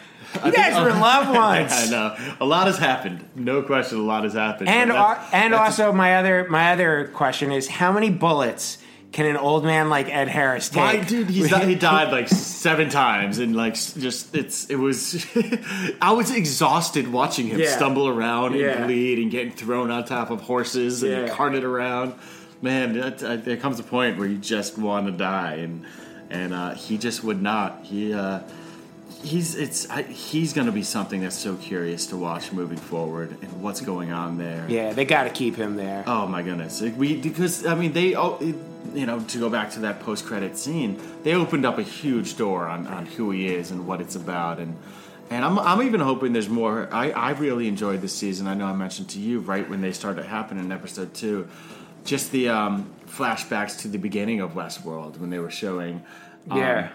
[SPEAKER 5] you guys were in love once
[SPEAKER 6] I know a lot has happened. No question, a lot has happened.
[SPEAKER 5] and
[SPEAKER 6] But that's-
[SPEAKER 5] al- and
[SPEAKER 6] that's-
[SPEAKER 5] also my other my other question is how many bullets can an old man like ed harris take
[SPEAKER 6] My dude, he's di- he died like seven times, and like s- just it's it was. I was exhausted watching him
[SPEAKER 5] Yeah.
[SPEAKER 6] stumble around
[SPEAKER 5] Yeah.
[SPEAKER 6] and bleed and getting thrown on top of horses and
[SPEAKER 5] Yeah.
[SPEAKER 6] carted around. Man, that, uh, there comes a point where you just want to die, and and uh, he just would not. He uh, he's it's I, he's going to be something that's so curious to watch moving forward and what's going on there.
[SPEAKER 5] Yeah, they got to keep him there.
[SPEAKER 6] Oh my goodness! Like, we because I mean they all it- you know to go back to that post credit scene they opened up a huge door on, on who he is and what it's about and and I'm I'm even hoping there's more. I I really enjoyed this season. I know I mentioned to you right when they started to happen in episode two, just the um, flashbacks to the beginning of Westworld when they were showing. um,
[SPEAKER 5] Yeah.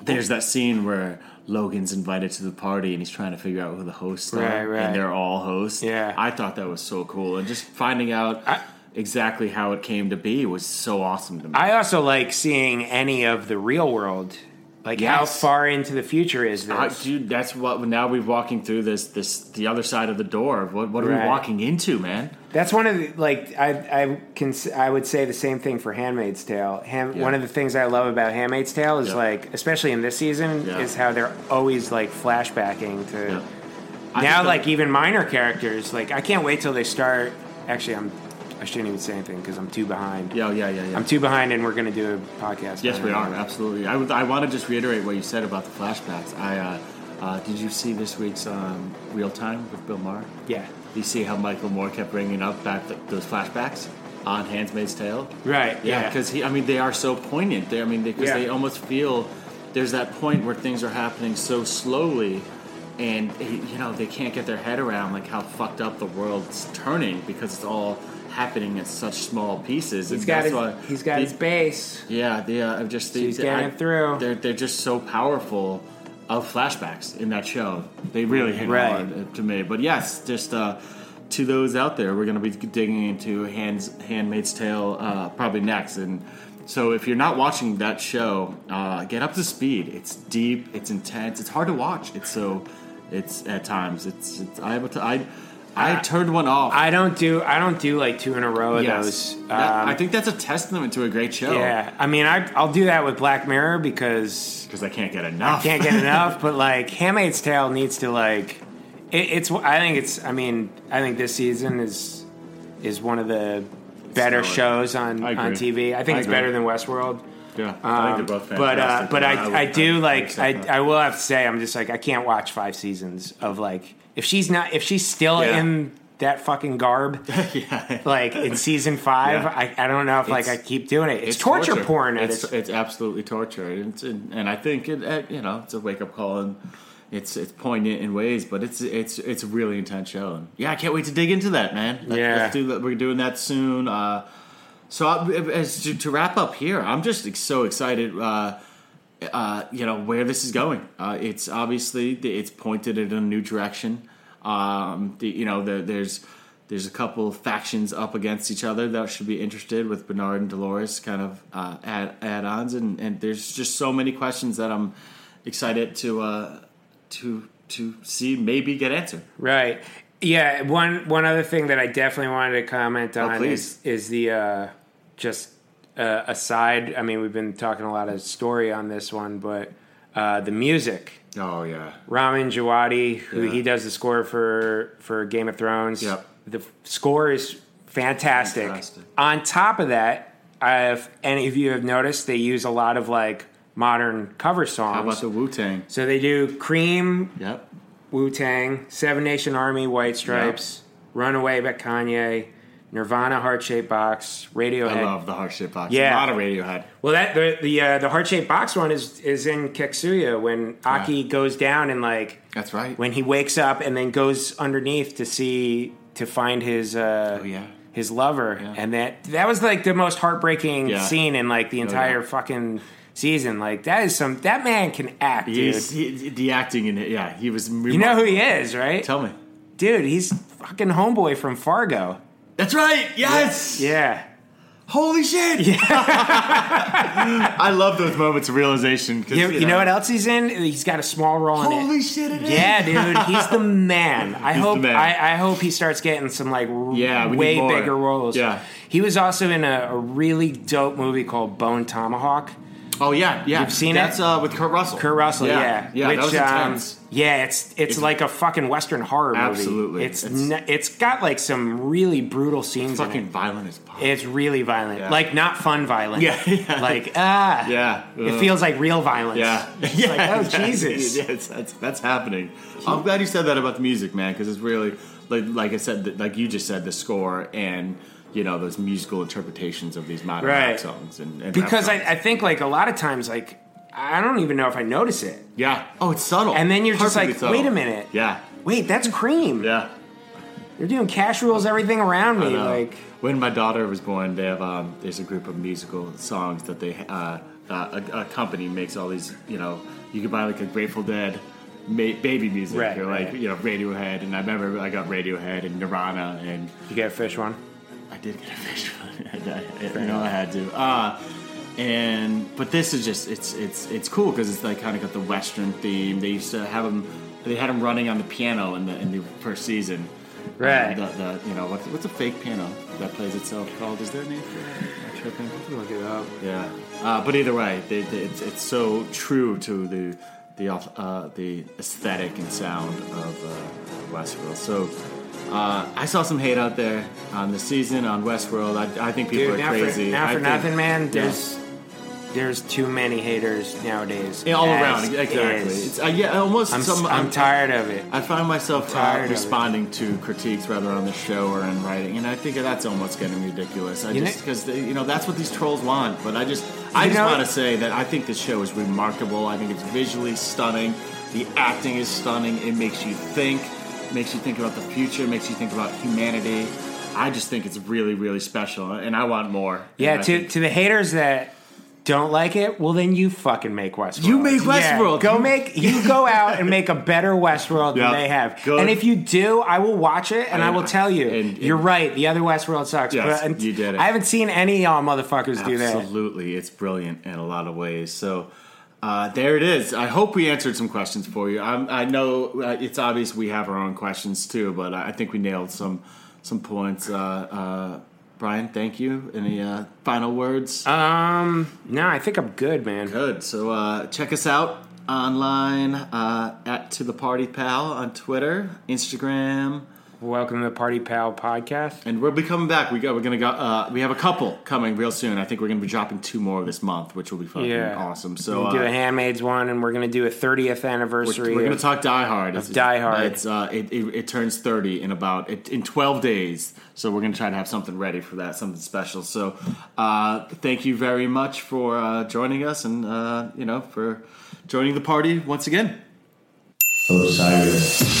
[SPEAKER 6] there's that scene where Logan's invited to the party and he's trying to figure out who the hosts
[SPEAKER 5] Right,
[SPEAKER 6] are,
[SPEAKER 5] right.
[SPEAKER 6] and they're all hosts.
[SPEAKER 5] Yeah.
[SPEAKER 6] I thought that was so cool, and just finding out
[SPEAKER 5] I-
[SPEAKER 6] exactly how it came to be was so awesome to me.
[SPEAKER 5] I also like seeing any of the real world. Like how
[SPEAKER 6] Yes.
[SPEAKER 5] far into the future is this?
[SPEAKER 6] I- dude, that's what now we're walking through this this the other side of the door. What what are
[SPEAKER 5] Right.
[SPEAKER 6] we walking into, man?
[SPEAKER 5] That's one of the like I I can s- I would say the same thing for Handmaid's Tale. Ham,
[SPEAKER 6] Yeah.
[SPEAKER 5] One of the things I love about Handmaid's Tale is
[SPEAKER 6] Yeah.
[SPEAKER 5] like, especially in this season,
[SPEAKER 6] Yeah.
[SPEAKER 5] is how they're always like flashbacking to
[SPEAKER 6] Yeah. I
[SPEAKER 5] now
[SPEAKER 6] think
[SPEAKER 5] like
[SPEAKER 6] that-
[SPEAKER 5] even minor characters. Like I can't wait till they start. Actually, I'm I shouldn't even say anything because I'm too behind.
[SPEAKER 6] yeah, yeah, yeah, yeah.
[SPEAKER 5] I'm too behind, and we're gonna do a podcast.
[SPEAKER 6] Yes,
[SPEAKER 5] on
[SPEAKER 6] we
[SPEAKER 5] it.
[SPEAKER 6] are absolutely. I, would- I want to just reiterate what you said about the flashbacks. I uh, uh, did you see this week's um, Real Time with Bill Maher?
[SPEAKER 5] Yeah.
[SPEAKER 6] You see how Michael Moore kept bringing up that those flashbacks? on Handmaid's Tale.
[SPEAKER 5] Right,
[SPEAKER 6] Yeah,
[SPEAKER 5] yeah.
[SPEAKER 6] because he. I mean, they are so poignant. They. I mean, because
[SPEAKER 5] Yeah.
[SPEAKER 6] they almost feel there's that point where things are happening so slowly, and you know they can't get their head around like how fucked up the world's turning because it's all happening in such small pieces.
[SPEAKER 5] He's
[SPEAKER 6] and
[SPEAKER 5] got
[SPEAKER 6] that's
[SPEAKER 5] his,
[SPEAKER 6] why
[SPEAKER 5] he's got
[SPEAKER 6] the-
[SPEAKER 5] his base.
[SPEAKER 6] yeah, the uh, just the,
[SPEAKER 5] She's getting
[SPEAKER 6] I-
[SPEAKER 5] through.
[SPEAKER 6] They're they're just so powerful of flashbacks in that show. They really hit
[SPEAKER 5] Right.
[SPEAKER 6] hard uh, to me. But yes, just uh, to those out there, we're going to be digging into Hands Handmaid's Tale uh, probably next. And so if you're not watching that show, uh, get up to speed. It's deep. It's intense. It's hard to watch. It's so. It's at times. It's. it's I have a t- I. I turned one off.
[SPEAKER 5] I don't do I don't do like two in a row of
[SPEAKER 6] Yes.
[SPEAKER 5] those. Um,
[SPEAKER 6] That- I think that's a testament to a great show.
[SPEAKER 5] yeah, I mean I I'll do that with Black Mirror because
[SPEAKER 6] Because I can't get enough.
[SPEAKER 5] can't get enough. But like Handmaid's Tale needs to like it, it's. I think it's. I mean, I think this season is is one of the better
[SPEAKER 6] Stellar.
[SPEAKER 5] shows on
[SPEAKER 6] I agree.
[SPEAKER 5] on TV. I think
[SPEAKER 6] I
[SPEAKER 5] it's
[SPEAKER 6] agree.
[SPEAKER 5] better than Westworld.
[SPEAKER 6] Yeah,
[SPEAKER 5] Um, but uh, but I, I, do like I, I will have to say I'm just like I can't watch five seasons of like if she's not if she's still
[SPEAKER 6] Yeah.
[SPEAKER 5] in that fucking garb like in season five
[SPEAKER 6] Yeah.
[SPEAKER 5] I, I don't know if like I
[SPEAKER 6] It's-
[SPEAKER 5] keep doing it it's, torture, porn at
[SPEAKER 6] It's
[SPEAKER 5] its-
[SPEAKER 6] it's absolutely torture, and, it's- and and I think it uh, you know it's a wake up call, and it's it's poignant in ways, but it's it's it's a really intense show. And yeah, I can't wait to dig into that, man. Let-
[SPEAKER 5] Yeah.
[SPEAKER 6] let's do that. We're doing that soon. Uh, so I, as to, to wrap up here, I'm just ex- so excited. Uh, uh, you know where this is going. Uh, it's obviously it's pointed in a new direction. Um, the, you know the, there's there's a couple factions up against each other that should be interested with Bernard and Dolores kind of uh, add add ons and, and there's just so many questions that I'm excited to uh, to to see maybe get answered.
[SPEAKER 5] Right. Yeah. One one other thing that I definitely wanted to comment on
[SPEAKER 6] Oh, please.
[SPEAKER 5] is is the uh, just uh, aside. I mean, we've been talking a lot of story on this one, but uh, the music.
[SPEAKER 6] Oh yeah,
[SPEAKER 5] Ramin Djawadi, who
[SPEAKER 6] Yeah.
[SPEAKER 5] he does the score for for Game of Thrones.
[SPEAKER 6] Yep.
[SPEAKER 5] The f- score is fantastic.
[SPEAKER 6] Fantastic.
[SPEAKER 5] On top of that, uh, if any of you have noticed, they use a lot of like modern cover songs.
[SPEAKER 6] how about the Wu Tang?
[SPEAKER 5] so they do Cream,
[SPEAKER 6] Yep,
[SPEAKER 5] Wu Tang, Seven Nation Army, White Stripes, Runaway by Kanye, Nirvana, Heart Shaped Box, Radiohead.
[SPEAKER 6] I love the Heart Shaped Box.
[SPEAKER 5] Yeah.
[SPEAKER 6] a lot of Radiohead.
[SPEAKER 5] Well, that the the uh, the Heart Shaped Box one is is in Keksuya when Aki goes down and like
[SPEAKER 6] That's right.
[SPEAKER 5] when he wakes up and then goes underneath to see to find his uh,
[SPEAKER 6] Oh, yeah.
[SPEAKER 5] his lover,
[SPEAKER 6] Yeah.
[SPEAKER 5] and that that was like the most heartbreaking
[SPEAKER 6] Yeah. Oh,
[SPEAKER 5] scene in like the entire
[SPEAKER 6] yeah.
[SPEAKER 5] fucking season. Like that is some that man can act, dude.
[SPEAKER 6] He's, he, the acting in it, yeah, he was.
[SPEAKER 5] you know who he is, right?
[SPEAKER 6] Tell me.
[SPEAKER 5] Dude, he's fucking homeboy from Fargo.
[SPEAKER 6] That's right. Yes.
[SPEAKER 5] Yeah.
[SPEAKER 6] Holy shit. I love those moments of realization. 'cause,
[SPEAKER 5] You, you know what else he's in? He's got a small role in it.
[SPEAKER 6] Holy shit! It is.
[SPEAKER 5] Yeah, dude, he's the man. I
[SPEAKER 6] He's the
[SPEAKER 5] hope
[SPEAKER 6] man.
[SPEAKER 5] I, I hope he starts getting some like r-
[SPEAKER 6] Yeah, we
[SPEAKER 5] way
[SPEAKER 6] need more.
[SPEAKER 5] bigger roles.
[SPEAKER 6] Yeah.
[SPEAKER 5] he was also in a, a really dope movie called Bone Tomahawk.
[SPEAKER 6] Oh yeah. Yeah.
[SPEAKER 5] You've seen
[SPEAKER 6] That's,
[SPEAKER 5] it?
[SPEAKER 6] That's uh, with Kurt Russell.
[SPEAKER 5] Kurt Russell, yeah,
[SPEAKER 6] Yeah. that was
[SPEAKER 5] um,
[SPEAKER 6] intense.
[SPEAKER 5] yeah, it's, it's like a fucking western horror movie.
[SPEAKER 6] Absolutely.
[SPEAKER 5] it's
[SPEAKER 6] It's-
[SPEAKER 5] n- it's got like some really brutal scenes. in
[SPEAKER 6] Fucking
[SPEAKER 5] it.
[SPEAKER 6] violent as possible.
[SPEAKER 5] um, it's really violent,
[SPEAKER 6] Yeah.
[SPEAKER 5] like not fun violent.
[SPEAKER 6] Yeah, yeah.
[SPEAKER 5] like ah,
[SPEAKER 6] yeah.
[SPEAKER 5] it feels like real violence.
[SPEAKER 6] Yeah.
[SPEAKER 5] It's
[SPEAKER 6] yeah.
[SPEAKER 5] like, oh,
[SPEAKER 6] exactly.
[SPEAKER 5] Jesus.
[SPEAKER 6] Yeah, it's- that's that's happening. I'm glad you said that about the music, man, because it's really like like I said, th- like you just said, the score and you know those musical interpretations of these modern
[SPEAKER 5] Right.
[SPEAKER 6] rap songs and, and rap
[SPEAKER 5] because I,
[SPEAKER 6] songs.
[SPEAKER 5] I think like a lot of times like I don't even know if I notice it.
[SPEAKER 6] yeah. Oh, it's subtle.
[SPEAKER 5] And then you're just
[SPEAKER 6] Perfectly
[SPEAKER 5] like, wait a minute.
[SPEAKER 6] Yeah.
[SPEAKER 5] Wait, that's cream.
[SPEAKER 6] Yeah.
[SPEAKER 5] They're doing cash rules everything around me.
[SPEAKER 6] Uh,
[SPEAKER 5] Like
[SPEAKER 6] when my daughter was born, they have um, there's a group of musical songs that they uh, uh, a, a company makes all these. You know, you can buy like a Grateful Dead ma- baby music,
[SPEAKER 5] Right,
[SPEAKER 6] or like
[SPEAKER 5] right.
[SPEAKER 6] you know Radiohead. And I remember I got Radiohead and Nirvana, and
[SPEAKER 5] you get a fish one.
[SPEAKER 6] I did get a fish one. I, I, I know I had to. Uh, and but this is just it's it's it's cool because it's like kind of got the western theme. They used to have them. They had them running on the piano in the in the first season. Um,
[SPEAKER 5] Right.
[SPEAKER 6] The, the, you know what's, what's a fake piano that plays itself called? Is there a name for it? Am I tripping?
[SPEAKER 5] Look it up.
[SPEAKER 6] Yeah. Uh, but either way, they, they, it's, it's so true to the the auth- uh, the aesthetic and sound of uh, Westworld. So uh, I saw some hate out there on the season on Westworld. I, I think people
[SPEAKER 5] Dude,
[SPEAKER 6] are
[SPEAKER 5] now
[SPEAKER 6] crazy.
[SPEAKER 5] for, now
[SPEAKER 6] I
[SPEAKER 5] for
[SPEAKER 6] think-
[SPEAKER 5] nothing, man.
[SPEAKER 6] Yeah.
[SPEAKER 5] There's there's too many haters nowadays.
[SPEAKER 6] Yeah, all
[SPEAKER 5] as
[SPEAKER 6] around, exactly.
[SPEAKER 5] is.
[SPEAKER 6] It's, I, yeah, almost.
[SPEAKER 5] I'm, s-
[SPEAKER 6] some,
[SPEAKER 5] I'm tired of it.
[SPEAKER 6] I find myself
[SPEAKER 5] tired
[SPEAKER 6] uh,
[SPEAKER 5] of it.
[SPEAKER 6] responding to critiques rather on the show or in writing, and I think that's almost getting ridiculous. I
[SPEAKER 5] You
[SPEAKER 6] just
[SPEAKER 5] know-
[SPEAKER 6] because you know that's what these trolls want, but I just I
[SPEAKER 5] You
[SPEAKER 6] just
[SPEAKER 5] know-
[SPEAKER 6] want to say that I think this show is remarkable. I think it's visually stunning. The acting is stunning. It makes you think, makes you think about the future, makes you think about humanity. I just think it's really, really special, and I want more.
[SPEAKER 5] Yeah,
[SPEAKER 6] And I
[SPEAKER 5] to,
[SPEAKER 6] think-
[SPEAKER 5] to the haters that don't like it, well, then you fucking make Westworld.
[SPEAKER 6] You make Westworld.
[SPEAKER 5] go
[SPEAKER 6] You-
[SPEAKER 5] make you go out and make a better Westworld
[SPEAKER 6] Yeah.
[SPEAKER 5] than they have.
[SPEAKER 6] Go-
[SPEAKER 5] And if you do, I will watch it and I,
[SPEAKER 6] And-
[SPEAKER 5] will tell you.
[SPEAKER 6] and-
[SPEAKER 5] you're
[SPEAKER 6] and-
[SPEAKER 5] right. The other Westworld sucks.
[SPEAKER 6] Yes,
[SPEAKER 5] but
[SPEAKER 6] you did it.
[SPEAKER 5] I haven't seen any of y'all motherfuckers do that.
[SPEAKER 6] Absolutely, it's brilliant in a lot of ways. So uh, there it is. I hope we answered some questions for you. I'm, I know uh, it's obvious we have our own questions too, but I I think we nailed some some points. Uh, uh, Brian, thank you. Any uh, final words?
[SPEAKER 5] Um, no, I think I'm good, man.
[SPEAKER 6] Good. So uh, check us out online uh, at To the Party Pal on Twitter, Instagram.
[SPEAKER 5] Welcome to the Party Pal podcast.
[SPEAKER 6] And we'll be coming back. We got, we're gonna go. Uh, we have a couple coming real soon. I think we're gonna be dropping two more this month, which will be fucking
[SPEAKER 5] Yeah.
[SPEAKER 6] awesome. So
[SPEAKER 5] We'll do
[SPEAKER 6] uh,
[SPEAKER 5] a Handmaid's one, and we're gonna do a 30th anniversary.
[SPEAKER 6] We're, we're going
[SPEAKER 5] of-
[SPEAKER 6] to talk Die Hard. It's,
[SPEAKER 5] Die Hard.
[SPEAKER 6] It's, uh, it, it, it turns 30 in about it, in 12 days. So we're going to try to have something ready for that, something special. So uh, thank you very much for uh, joining us and, uh, you know, for joining the party once again.
[SPEAKER 7] Osiris.